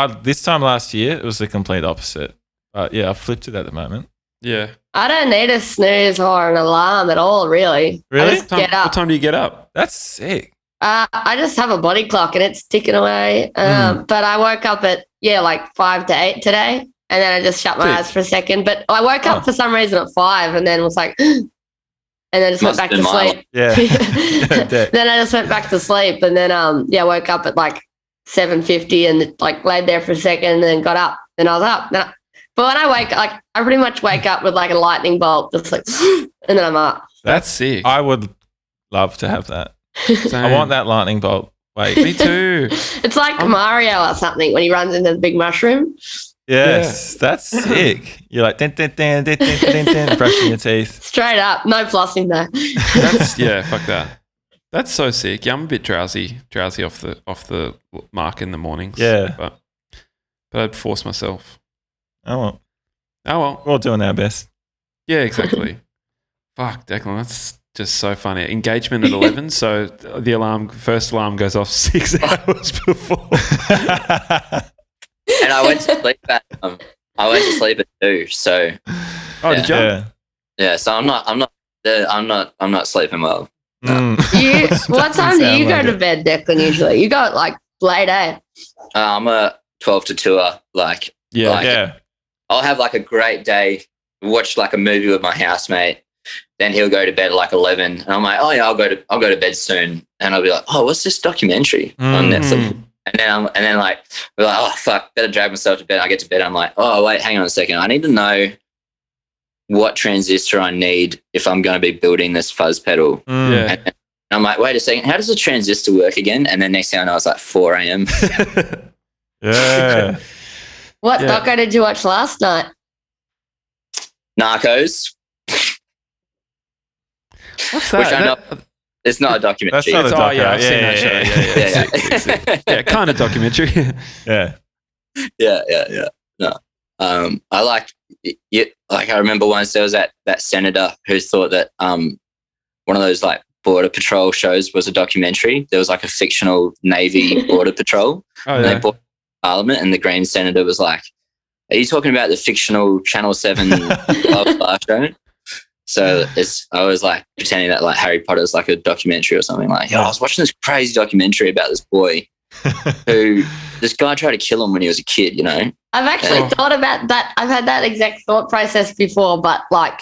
Speaker 3: I This time last year, it was the complete opposite. But yeah, I flipped it at the moment.
Speaker 1: Yeah.
Speaker 4: i don't need a snooze or an alarm at all really
Speaker 3: Really?
Speaker 4: i just
Speaker 1: What time,
Speaker 4: get up
Speaker 1: what time do you get up?
Speaker 3: That's sick.
Speaker 4: Uh, I just have a body clock and it's ticking away.
Speaker 6: Hmm.
Speaker 4: Um, But I woke up at, yeah, like five to eight today. And then I just shut my
Speaker 1: Dude.
Speaker 4: eyes for a second. But I woke
Speaker 3: Oh.
Speaker 4: up for some reason at five and then was like, and then just went
Speaker 6: Must
Speaker 4: back
Speaker 6: have
Speaker 4: to
Speaker 6: been my
Speaker 4: sleep.
Speaker 3: Yeah. Yeah.
Speaker 4: then I just went back to sleep. And then, um, yeah, I woke up at like 7.50 and like laid there for a second and then got up. Then I was up. Then I- but when I wake like I pretty much wake up with like a lightning bolt, just like, and then I'm up.
Speaker 1: That's sick.
Speaker 3: I would love to have that. I
Speaker 1: Same.
Speaker 3: want that lightning bolt. Wait.
Speaker 1: Me too.
Speaker 4: It's like
Speaker 6: Oh.
Speaker 1: I'm-
Speaker 4: Mario or something when he runs into the big mushroom.
Speaker 3: Yes, that's sick. You're like, dun, dun, dun, dun, dun, dun, dun, brushing your teeth.
Speaker 4: Straight up, no flossing though.
Speaker 1: That's yeah. Fuck that. That's so sick. Yeah, I'm a bit drowsy, drowsy off the off the mark in the mornings.
Speaker 3: Yeah.
Speaker 1: But but I'd force myself.
Speaker 3: Oh, well,
Speaker 1: Oh well.
Speaker 3: we're all doing our best.
Speaker 1: Yeah, exactly. Fuck, Declan, that's just so funny. Engagement at eleven, so the alarm first alarm goes off six hours before.
Speaker 6: and I went to sleep at um, I went to sleep at two. So
Speaker 1: Oh, did you?
Speaker 3: yeah.
Speaker 6: yeah, so I'm not I'm not uh, I'm not I'm not sleeping well.
Speaker 3: Mm.
Speaker 4: you, what time do
Speaker 3: sound
Speaker 4: you go
Speaker 3: like
Speaker 4: to
Speaker 3: it.
Speaker 4: bed, Declan? Usually, you go at like late eh?
Speaker 6: Uh, I'm a twelve to two. Like
Speaker 1: Yeah.
Speaker 6: Like-
Speaker 3: Yeah.
Speaker 6: I'll have like a great day, watch like a movie with my housemate. Then he'll go to bed at like eleven, and I'm like, oh yeah, I'll go to I'll go to bed soon. And I'll be like, oh, what's this documentary on
Speaker 3: Mm.
Speaker 6: Netflix?
Speaker 1: Mm-hmm.
Speaker 6: And then I'm, and then like we're like, oh fuck, better drag myself to bed. I get to bed. I'm like, oh wait, hang on a second. I need to know what transistor I need if I'm going to be building this fuzz pedal.
Speaker 3: Mm.
Speaker 6: And I'm like, wait a second, how does a transistor work again? And then next thing I know, it's like 4 a.m.
Speaker 1: Yeah.
Speaker 3: Yeah.
Speaker 4: What
Speaker 3: Yeah.
Speaker 4: doco did you watch last night?
Speaker 6: Narcos.
Speaker 1: What's
Speaker 6: Which
Speaker 1: that?
Speaker 6: I know-
Speaker 1: That-
Speaker 6: It's not a
Speaker 3: That's
Speaker 6: documentary.
Speaker 3: not a
Speaker 1: Oh, yeah,
Speaker 3: documentary.
Speaker 1: I've seen that show. Yeah, yeah,
Speaker 6: yeah,
Speaker 1: Sick, sick, sick.
Speaker 6: yeah.
Speaker 1: yeah, kind of documentary.
Speaker 3: yeah.
Speaker 6: yeah, yeah, yeah. No, um, I like you. Like I remember once there was that that senator who thought that um, one of those like border patrol shows was a documentary. There was like a fictional Navy border patrol,
Speaker 1: oh,
Speaker 6: and
Speaker 1: yeah.
Speaker 6: they brought it to Parliament, and the Green senator was like, "Are you talking about the fictional Channel Seven blah, blah show?" So it's I was like pretending that like Harry Potter's like a documentary or something like. Yo, I was watching this crazy documentary about this boy who this guy tried to kill him when he was a kid. You know,
Speaker 4: I've actually
Speaker 3: Oh.
Speaker 4: thought about that. I've had that exact thought process before, but like,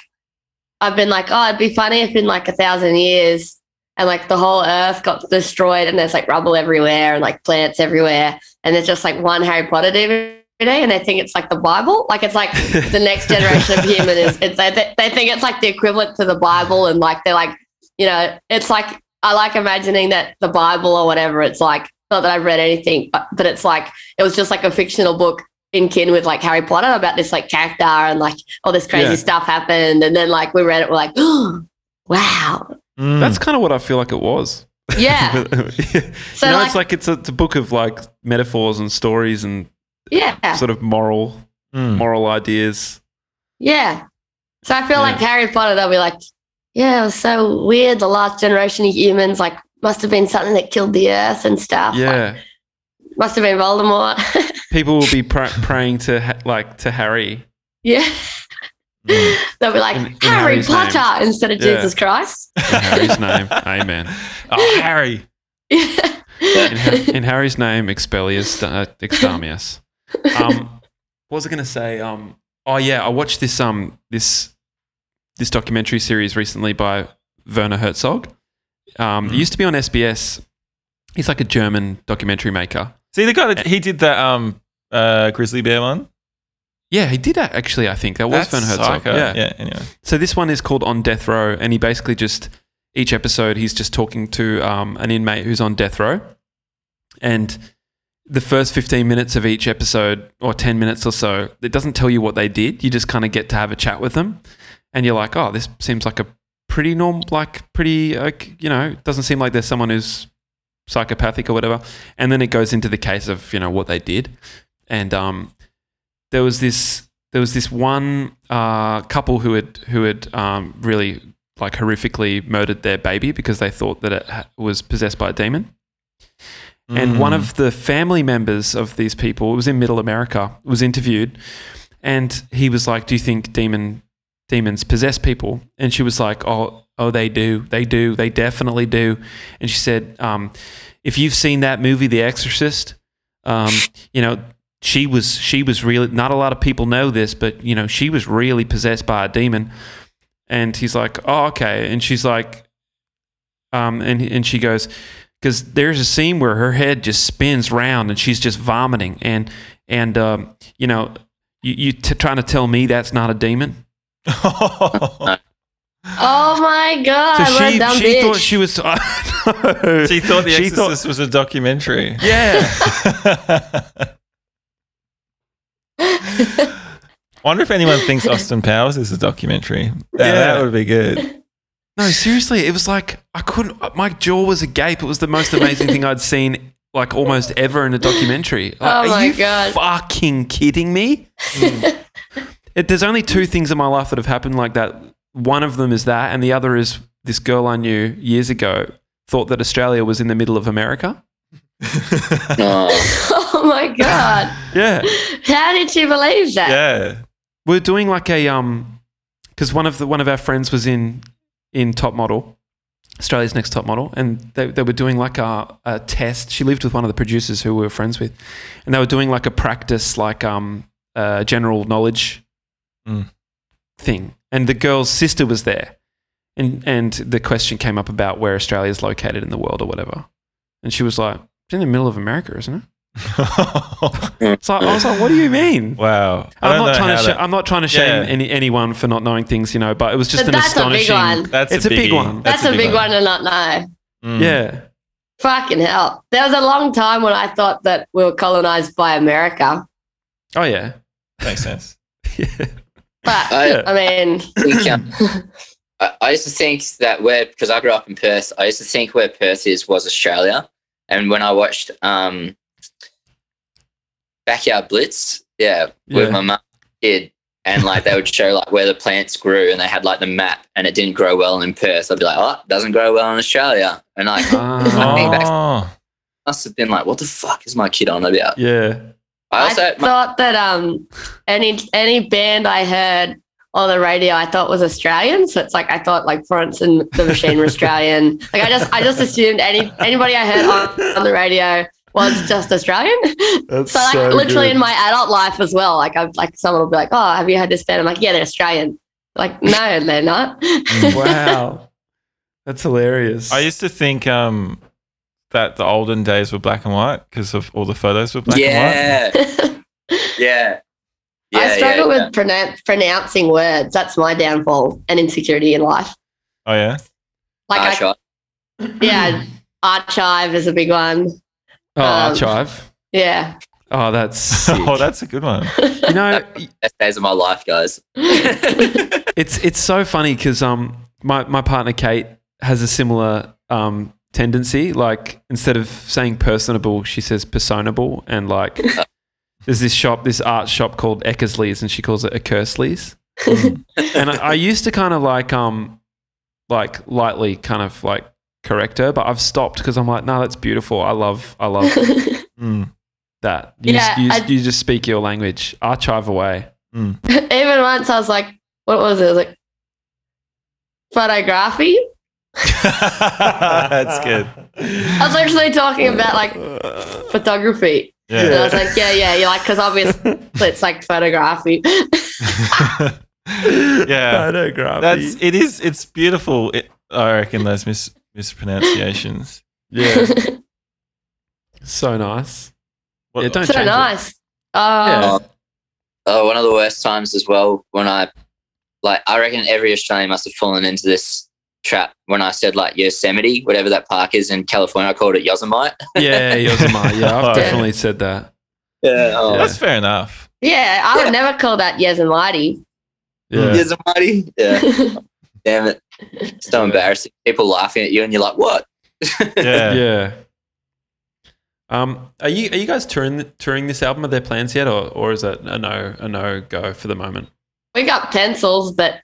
Speaker 4: I've been like, oh, it'd be funny if in like a thousand years and like the whole earth got destroyed and there's like rubble everywhere and like planets everywhere. And there's just like one Harry Potter DVD and they think it's like the Bible. Like, it's like the next generation of human is, it's, they, they think it's like the equivalent to the Bible. And like, they're like, you know, it's like, I like imagining that the Bible or whatever, it's like, not that I've read anything, but, but it's like, it was just like a fictional book in kin with like Harry Potter about this like character and like all this crazy
Speaker 1: Yeah.
Speaker 4: stuff happened. And then like we read it, we're like, oh, wow.
Speaker 3: Mm.
Speaker 1: That's kind of what I feel like it was.
Speaker 4: Yeah. So
Speaker 1: you know,
Speaker 4: like,
Speaker 1: it's like it's a, it's a book of like metaphors and stories and
Speaker 4: yeah,
Speaker 1: sort of moral
Speaker 3: Mm.
Speaker 1: moral ideas.
Speaker 4: yeah. So I feel
Speaker 3: Yeah.
Speaker 4: like Harry Potter, they'll be like, yeah, it was so weird. The last generation of humans like must have been something that killed the earth and stuff. Like,
Speaker 1: Yeah,
Speaker 4: must have been Voldemort.
Speaker 1: people will be pra- praying to ha- like to Harry.
Speaker 4: yeah.
Speaker 3: Mm.
Speaker 4: They'll be like,
Speaker 1: In- in
Speaker 4: Harry
Speaker 1: Harry's name.
Speaker 4: Potter instead of
Speaker 1: Yeah.
Speaker 4: Jesus Christ.
Speaker 1: In Harry's name, Amen.
Speaker 3: Oh, Harry.
Speaker 1: In, Har- in Harry's name, Expellius, uh, Extamius. Um, what was I going to say? Um, oh yeah, I watched this um this this documentary series recently by Werner Herzog. Um, It used to be on SBS. He's like a German documentary maker.
Speaker 3: See the guy that he did that um uh grizzly bear one.
Speaker 1: Yeah, he did that actually. I think that was Werner Herzog.
Speaker 3: psycho.
Speaker 1: Yeah.
Speaker 3: Yeah. Anyway.
Speaker 1: So this one is called On Death Row, and he basically just each episode he's just talking to um, an inmate who's on death row, and the first fifteen minutes of each episode or ten minutes or so, it doesn't tell you what they did. You just kind of get to have a chat with them, and you're like, oh, this seems like a pretty normal, like pretty, like, you know, it doesn't seem like there's someone who's psychopathic or whatever. And then it goes into the case of you know what they did, and um, there was this there was this one uh, couple who had who had um, really like horrifically murdered their baby because they thought that it ha- was possessed by a demon. And one of the family members of these people, it was in Middle America, was interviewed, and he was like, "Do you think demon demons possess people?" And she was like, "Oh, oh, they do, they do, they definitely do." And she said, um, "If you've seen that movie, The Exorcist, um, you know." She was she was really not a lot of people know this, but you know she was really possessed by a demon, and he's like, "Oh, okay," and she's like, um, and and she goes, because there's a scene where her head just spins round and she's just vomiting and and um, you know you, you t- trying to tell me that's not a demon
Speaker 3: Mm.
Speaker 4: oh my God. what
Speaker 1: she
Speaker 4: a dumb
Speaker 1: she
Speaker 4: bitch.
Speaker 1: thought she was I know.
Speaker 3: she thought the
Speaker 1: She
Speaker 3: Exorcist
Speaker 1: thought-
Speaker 3: was a documentary.
Speaker 1: yeah
Speaker 3: Wonder if anyone thinks Austin Powers is a documentary. yeah,
Speaker 1: Yeah.
Speaker 3: that would be good.
Speaker 1: no seriously it was like I couldn't my jaw was agape it was the most amazing thing I'd seen like almost ever in a documentary Like,
Speaker 4: Oh my
Speaker 1: are you
Speaker 4: God.
Speaker 1: fucking kidding me It, there's only two things in my life that have happened like that. One of them is that, and the other is this girl I knew years ago thought that Australia was in the middle of America.
Speaker 6: oh,
Speaker 4: oh my God.
Speaker 1: Yeah,
Speaker 4: How did she believe that?
Speaker 3: Yeah.
Speaker 1: we are doing like a um, because one of the one of our friends was in in Top Model, Australia's Next Top Model, and they, they were doing like a, a test. She lived with one of the producers who we were friends with, and they were doing like a practice, like um, uh, general knowledge
Speaker 3: Mm.
Speaker 1: thing. And the girl's sister was there, and and the question came up about where Australia's located in the world or whatever, and she was like, "It's in the middle of America, isn't it?" So I was like, what do you mean?
Speaker 3: wow. I
Speaker 1: I'm
Speaker 3: don't
Speaker 1: not,
Speaker 3: know
Speaker 1: trying
Speaker 3: how
Speaker 1: to sh-
Speaker 3: that-
Speaker 1: I'm not trying to shame
Speaker 3: Yeah.
Speaker 1: any, anyone for not knowing things, you know, but it was just
Speaker 4: But
Speaker 1: an
Speaker 4: that's a big
Speaker 1: astonishing.
Speaker 4: one.
Speaker 3: that's
Speaker 1: it's a big
Speaker 3: biggie.
Speaker 1: one.
Speaker 4: That's, a big one. to not know.
Speaker 3: Mm.
Speaker 1: Yeah.
Speaker 4: Fucking hell. There was a long time when I thought that we were colonized by America.
Speaker 1: Oh, yeah.
Speaker 3: Makes sense.
Speaker 1: yeah.
Speaker 4: But
Speaker 6: I,
Speaker 4: I mean,
Speaker 6: think, um, I, I used to think that where because I grew up in Perth, I used to think where Perth is was Australia. And when I watched um, Backyard Blitz, yeah,
Speaker 1: Yeah.
Speaker 6: with my mum, kid, and like they would show like where the plants grew, and they had like the map, and it didn't grow well in Perth. I'd be like, oh, it doesn't grow well in Australia, and like
Speaker 1: Ah,
Speaker 6: think that's-
Speaker 3: Oh,
Speaker 6: must have been like, what the fuck is my kid on about?
Speaker 1: yeah.
Speaker 6: I
Speaker 4: I,
Speaker 6: also my,
Speaker 4: thought that um any any band I heard on the radio I thought was Australian. So it's like I thought like Florence and the Machine were Australian. Like I just I just assumed any anybody I heard on, on the radio was just Australian.
Speaker 1: That's
Speaker 4: So like literally in my adult life as well. Like I'm like someone will be like, Oh, have you heard this band? I'm like, Yeah, they're Australian. Like, no, they're not.
Speaker 1: wow. That's hilarious.
Speaker 3: I used to think um, that the olden days were black and white because of all the photos were black and white.
Speaker 6: yeah, yeah, yeah.
Speaker 4: I struggle
Speaker 6: yeah,
Speaker 4: with pronoun- pronouncing words. That's my downfall and insecurity in life.
Speaker 3: Oh yeah.
Speaker 4: Like
Speaker 6: Ah,
Speaker 4: I
Speaker 6: sure.
Speaker 4: yeah, archive is a big one.
Speaker 1: oh,
Speaker 4: um,
Speaker 1: archive.
Speaker 4: Yeah,
Speaker 1: Oh, that's sick.
Speaker 3: oh, that's a good one.
Speaker 1: you know,
Speaker 6: best days of my life, guys.
Speaker 1: it's it's so funny because um my, my partner Kate has a similar um tendency. Like instead of saying personable, she says personable, and like there's this shop, this art shop called Eckersley's, and she calls it Accursleys. and I, I used to kind of like um like lightly kind of like correct her, but I've stopped because I'm like, no, that's beautiful. I love I love
Speaker 3: Mm.
Speaker 1: that. You,
Speaker 4: Yeah,
Speaker 1: you,
Speaker 4: I-
Speaker 1: you just speak your language. Archive away.
Speaker 4: even once I was like, what was it? I was like photography.
Speaker 3: that's good.
Speaker 4: I was actually talking about like photography. And I was like, yeah, yeah, you're like, because obviously it's like photography.
Speaker 3: yeah.
Speaker 1: Photography.
Speaker 3: That's it is it's beautiful. It, I reckon those mis- mispronunciations.
Speaker 1: yeah. So nice.
Speaker 3: What-
Speaker 1: yeah, don't
Speaker 4: so
Speaker 1: change it.
Speaker 4: nice. Oh,
Speaker 1: Yeah.
Speaker 6: Oh, one of the worst times as well when I, like, I reckon every Australian must have fallen into this trap when I said like Yosemite, whatever that park is in California. I called it Yosemite.
Speaker 1: Yeah, Yosemite. Yeah, I've
Speaker 3: Alright.
Speaker 1: definitely said that.
Speaker 6: Yeah, oh,
Speaker 3: That's fair enough.
Speaker 4: yeah, I would
Speaker 6: Yeah.
Speaker 4: never call that Yosemite.
Speaker 1: Yeah.
Speaker 6: Yosemite. Yeah, damn it, so embarrassing. People laughing at you, and you're like, "What?"
Speaker 3: Yeah.
Speaker 1: Yeah. Um, are you are you guys touring touring this album? Are there plans yet, or, or is it a no a no go for the moment?
Speaker 4: we got pencils, but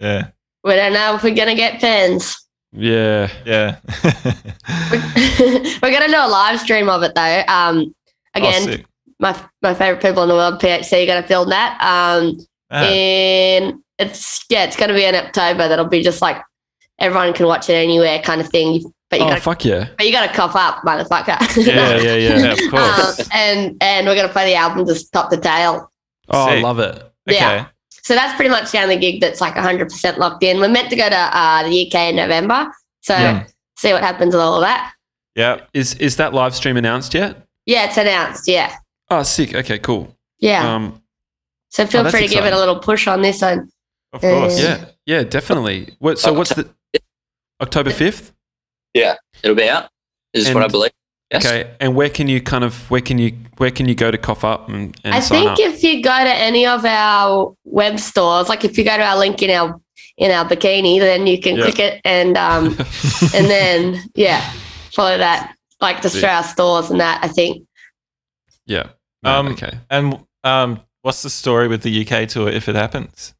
Speaker 3: Yeah.
Speaker 4: we don't know if we're gonna get pens.
Speaker 1: Yeah.
Speaker 3: Yeah.
Speaker 4: We- we're gonna do a live stream of it though. Um,
Speaker 3: Oh,
Speaker 4: again,
Speaker 3: sick.
Speaker 4: my my favorite people in the world, PHC, gonna film that. Um,
Speaker 3: Ah,
Speaker 4: in it's yeah, it's gonna be in October. That'll be just like everyone can watch it anywhere kind of thing. But you
Speaker 1: Oh
Speaker 4: gotta
Speaker 1: fuck yeah.
Speaker 4: but you gotta cough up, motherfucker.
Speaker 3: Yeah,
Speaker 1: yeah,
Speaker 3: yeah, of
Speaker 4: um,
Speaker 3: course.
Speaker 4: and and we're gonna play the album just top to tail.
Speaker 1: Oh, I
Speaker 3: Sick.
Speaker 1: love it.
Speaker 3: okay.
Speaker 4: yeah. So that's pretty much the only gig that's like 100% locked in. We're meant to go to uh, the UK in November. So
Speaker 3: Yeah.
Speaker 4: see what happens with all of that.
Speaker 3: Yep.
Speaker 1: Is is that live stream announced yet?
Speaker 4: Yeah, it's announced. Yeah.
Speaker 1: Oh, sick. Okay, cool.
Speaker 4: Yeah.
Speaker 1: Um,
Speaker 4: So feel
Speaker 1: Oh,
Speaker 4: free to
Speaker 1: that's
Speaker 4: give it
Speaker 1: exciting.
Speaker 4: a little push on this one.
Speaker 3: Of course.
Speaker 1: yeah, yeah, definitely. What, so what's the October fifth?
Speaker 6: It'll be out. Is
Speaker 1: And-
Speaker 6: what I believe. Yes.
Speaker 1: Okay, and where can you kind of where can you where can you go to cough up and, and
Speaker 4: I
Speaker 1: sign
Speaker 4: think
Speaker 1: up?
Speaker 4: if you go to any of our web stores, like if you go to our link in our in our bikini, then you can
Speaker 1: Yeah.
Speaker 4: click it and um and then yeah, follow that. Like just through our stores and that I think.
Speaker 1: yeah. No,
Speaker 3: Um,
Speaker 1: okay.
Speaker 3: And um, what's the story with the UK tour if it happens?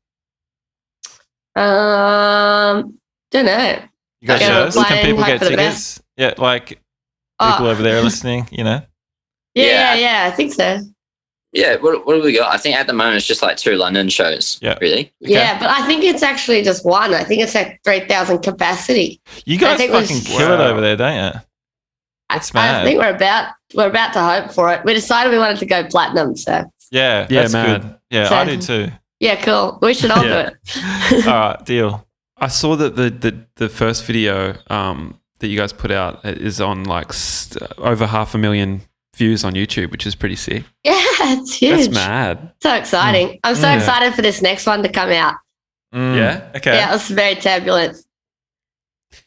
Speaker 4: Um don't know.
Speaker 3: You got
Speaker 4: Yeah,
Speaker 3: shows? Can
Speaker 4: playing,
Speaker 3: people
Speaker 4: hope
Speaker 3: get
Speaker 4: for the
Speaker 3: tickets? Yeah, like people
Speaker 4: Oh,
Speaker 3: over there are listening, you know?
Speaker 4: yeah,
Speaker 6: Yeah.
Speaker 4: yeah, yeah, I think so.
Speaker 6: Yeah. What, what do we got? I think at the moment it's just like two London shows.
Speaker 3: Yeah.
Speaker 6: Really.
Speaker 3: Okay.
Speaker 4: Yeah, but I think it's actually just one. I think it's like 3,000 capacity.
Speaker 3: You guys
Speaker 4: think it was-
Speaker 3: fucking kill it
Speaker 1: Wow.
Speaker 3: over there, don't you?
Speaker 4: I-
Speaker 3: That's
Speaker 4: I
Speaker 3: mad.
Speaker 4: think we're about we're about to hope for it. We decided we wanted to go platinum, so
Speaker 3: Yeah,
Speaker 1: Yeah,
Speaker 3: that's
Speaker 1: mad.
Speaker 3: good. Yeah, I do too.
Speaker 4: yeah, cool. We should all
Speaker 1: Yeah.
Speaker 4: do it.
Speaker 3: All right, deal.
Speaker 1: I saw that the the, the first uh, video um, that you guys put out is on like st- over uh, half a million views on YouTube, which is pretty sick.
Speaker 4: Yeah, it's huge.
Speaker 1: That's mad.
Speaker 4: So exciting. I'm so
Speaker 1: Yeah.
Speaker 4: excited for this next one to come out.
Speaker 3: Mm,
Speaker 1: Yeah.
Speaker 3: Okay.
Speaker 4: Yeah, it was very turbulent.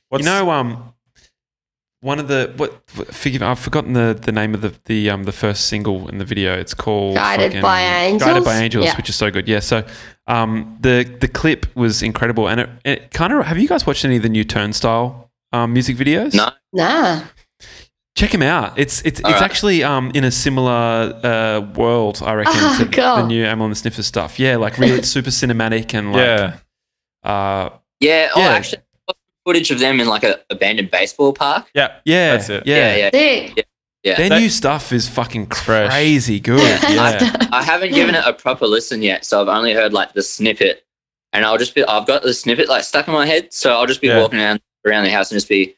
Speaker 3: What's,
Speaker 1: you know, um, one of the what? what- Forgive, I've forgotten the, the name of the the um the first single in the video. It's called
Speaker 4: Guided
Speaker 1: fucking-
Speaker 4: by
Speaker 1: Guided by
Speaker 4: Angels?
Speaker 1: Angels,
Speaker 4: Yeah.
Speaker 1: which is so good. Yeah. So, um, the the clip was incredible, and it, it kind of. Have you guys watched any of the new Turnstile um music videos?
Speaker 6: No.
Speaker 4: Nah.
Speaker 1: Check him out. It's it's it's
Speaker 6: Alright.
Speaker 1: actually um in a similar uh world, I reckon,
Speaker 4: Oh,
Speaker 1: to the-
Speaker 4: cool.
Speaker 1: the new Amel and the Sniffer stuff. Yeah, like really super cinematic and like
Speaker 3: yeah.
Speaker 1: uh
Speaker 6: Yeah. Oh,
Speaker 1: Yeah.
Speaker 6: actually, footage of them in like a abandoned baseball park.
Speaker 3: Yeah.
Speaker 1: yeah,
Speaker 3: That's it.
Speaker 1: yeah.
Speaker 6: Yeah. Yeah.
Speaker 4: Sick.
Speaker 6: yeah.
Speaker 1: Their
Speaker 3: That-
Speaker 1: new stuff is fucking
Speaker 3: fresh.
Speaker 1: crazy good.
Speaker 3: Yeah.
Speaker 6: I haven't given it a proper listen yet, so I've only heard like the snippet, and I'll just be I've got the snippet like stuck in my head, so I'll just be
Speaker 3: Yeah.
Speaker 6: walking around around the house and just be,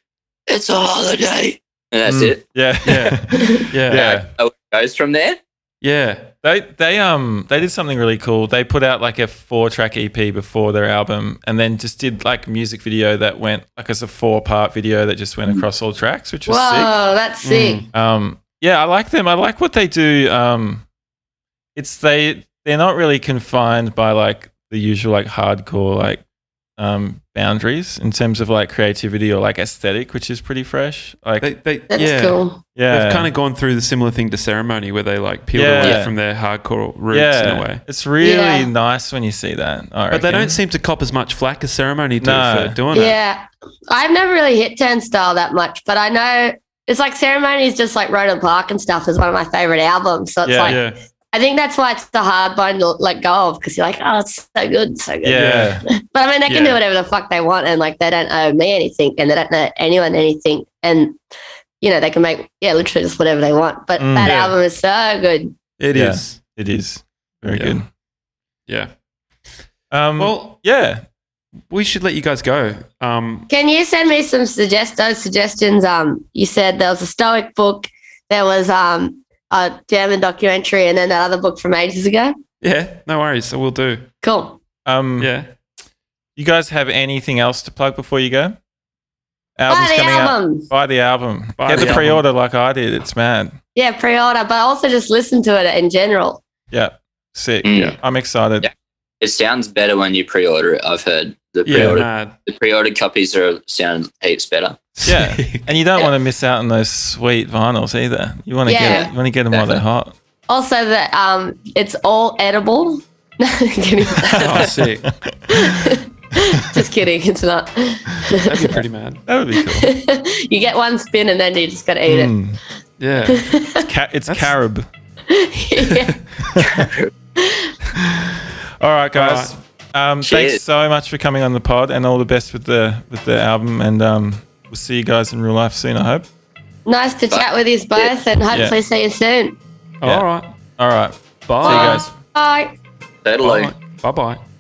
Speaker 6: it's a holiday, and that's
Speaker 3: Mm,
Speaker 6: it.
Speaker 3: Yeah. Yeah.
Speaker 1: yeah.
Speaker 3: yeah.
Speaker 6: Oh, it goes from there.
Speaker 1: Yeah.
Speaker 3: They they um they did something really cool. They put out like a four track EP before their album, and then just did like music video that went like as a four part video that just went across all tracks, which was
Speaker 4: Whoa, that's
Speaker 1: Mm.
Speaker 4: sick.
Speaker 3: sick. Um, yeah, I like them. I like what they do. Um, it's they they're not really confined by like the usual like hardcore like um boundaries in terms of like creativity or like aesthetic, which is pretty fresh. Like
Speaker 1: They, they,
Speaker 4: That's
Speaker 1: yeah.
Speaker 4: cool.
Speaker 3: yeah,
Speaker 1: They've kind of gone through the similar thing to ceremony where they like peeled
Speaker 3: Yeah.
Speaker 1: away from their hardcore roots in a way.
Speaker 3: It's really
Speaker 4: Yeah.
Speaker 3: nice when you see that. I
Speaker 1: But they
Speaker 3: reckon.
Speaker 1: don't seem to cop as much flack as ceremony do
Speaker 3: No.
Speaker 1: for doing it.
Speaker 4: Yeah. I've never really hit turnstile that much, but I know it's like ceremony is just like Ronan Park and stuff is one of my favorite albums. So it's
Speaker 3: Yeah,
Speaker 4: like
Speaker 1: yeah.
Speaker 4: I think that's why it's the hard bone to let go of because you're like, oh, it's so good, so good.
Speaker 3: Yeah.
Speaker 4: But I mean, they can
Speaker 1: Yeah.
Speaker 4: do whatever the fuck they want, and like they don't owe me anything, and they don't owe anyone anything, and you know they can make yeah, literally just whatever they want. But
Speaker 3: Mm.
Speaker 4: that
Speaker 1: Yeah.
Speaker 4: album is so good.
Speaker 1: It is.
Speaker 3: Yeah. It is very
Speaker 1: Yeah.
Speaker 3: good.
Speaker 1: Yeah.
Speaker 3: Um,
Speaker 1: Well,
Speaker 3: yeah,
Speaker 1: we should let you guys go. Um,
Speaker 4: Can you send me some suggestos suggestions? Um, you said there was a Stoic book, there was um a German documentary, and then that other book from ages ago.
Speaker 1: yeah, no worries. I will do.
Speaker 4: Cool.
Speaker 3: um,
Speaker 1: Yeah.
Speaker 3: You guys have anything else to plug before you go?
Speaker 4: Buy
Speaker 3: Album's
Speaker 4: the
Speaker 3: coming out.
Speaker 4: album.
Speaker 3: Buy the album.
Speaker 1: Buy
Speaker 3: Get
Speaker 1: the
Speaker 3: the,
Speaker 1: album.
Speaker 3: pre-order like I did. It's mad.
Speaker 4: Yeah, pre-order, but also just listen to it in general.
Speaker 3: Yeah, sick.
Speaker 6: Mm.
Speaker 1: Yeah.
Speaker 3: I'm excited.
Speaker 6: Yeah. It sounds better when you pre-order it. I've heard the
Speaker 1: Yeah.
Speaker 6: pre-order
Speaker 1: mad.
Speaker 6: the pre-order copies are sound heaps better.
Speaker 3: Yeah. And you don't
Speaker 6: Yeah.
Speaker 3: want to miss out on those sweet vinyls either. You want to
Speaker 4: Yeah.
Speaker 3: get you want to get them while they're hot.
Speaker 4: Also, that um, it's all edible. kidding.
Speaker 1: oh, sick.
Speaker 4: Just kidding. It's not.
Speaker 1: That'd be pretty mad.
Speaker 3: That would be cool.
Speaker 4: you get one spin and then you just gotta eat
Speaker 3: Mm.
Speaker 1: Yeah.
Speaker 3: It's, ca- it's
Speaker 1: That's-
Speaker 3: carob.
Speaker 4: it. Yeah.
Speaker 3: All right, guys. Um, thanks
Speaker 6: Cheers.
Speaker 3: so much for coming on the pod, and all the best with the with the album. And um, we'll see you guys in real life soon. I hope.
Speaker 4: Nice to chat with you both, and hopefully see you soon.
Speaker 1: All right.
Speaker 3: All right. See you
Speaker 1: Bye.
Speaker 3: guys.
Speaker 4: Bye.
Speaker 6: Totally.
Speaker 1: Bye. Bye. Bye.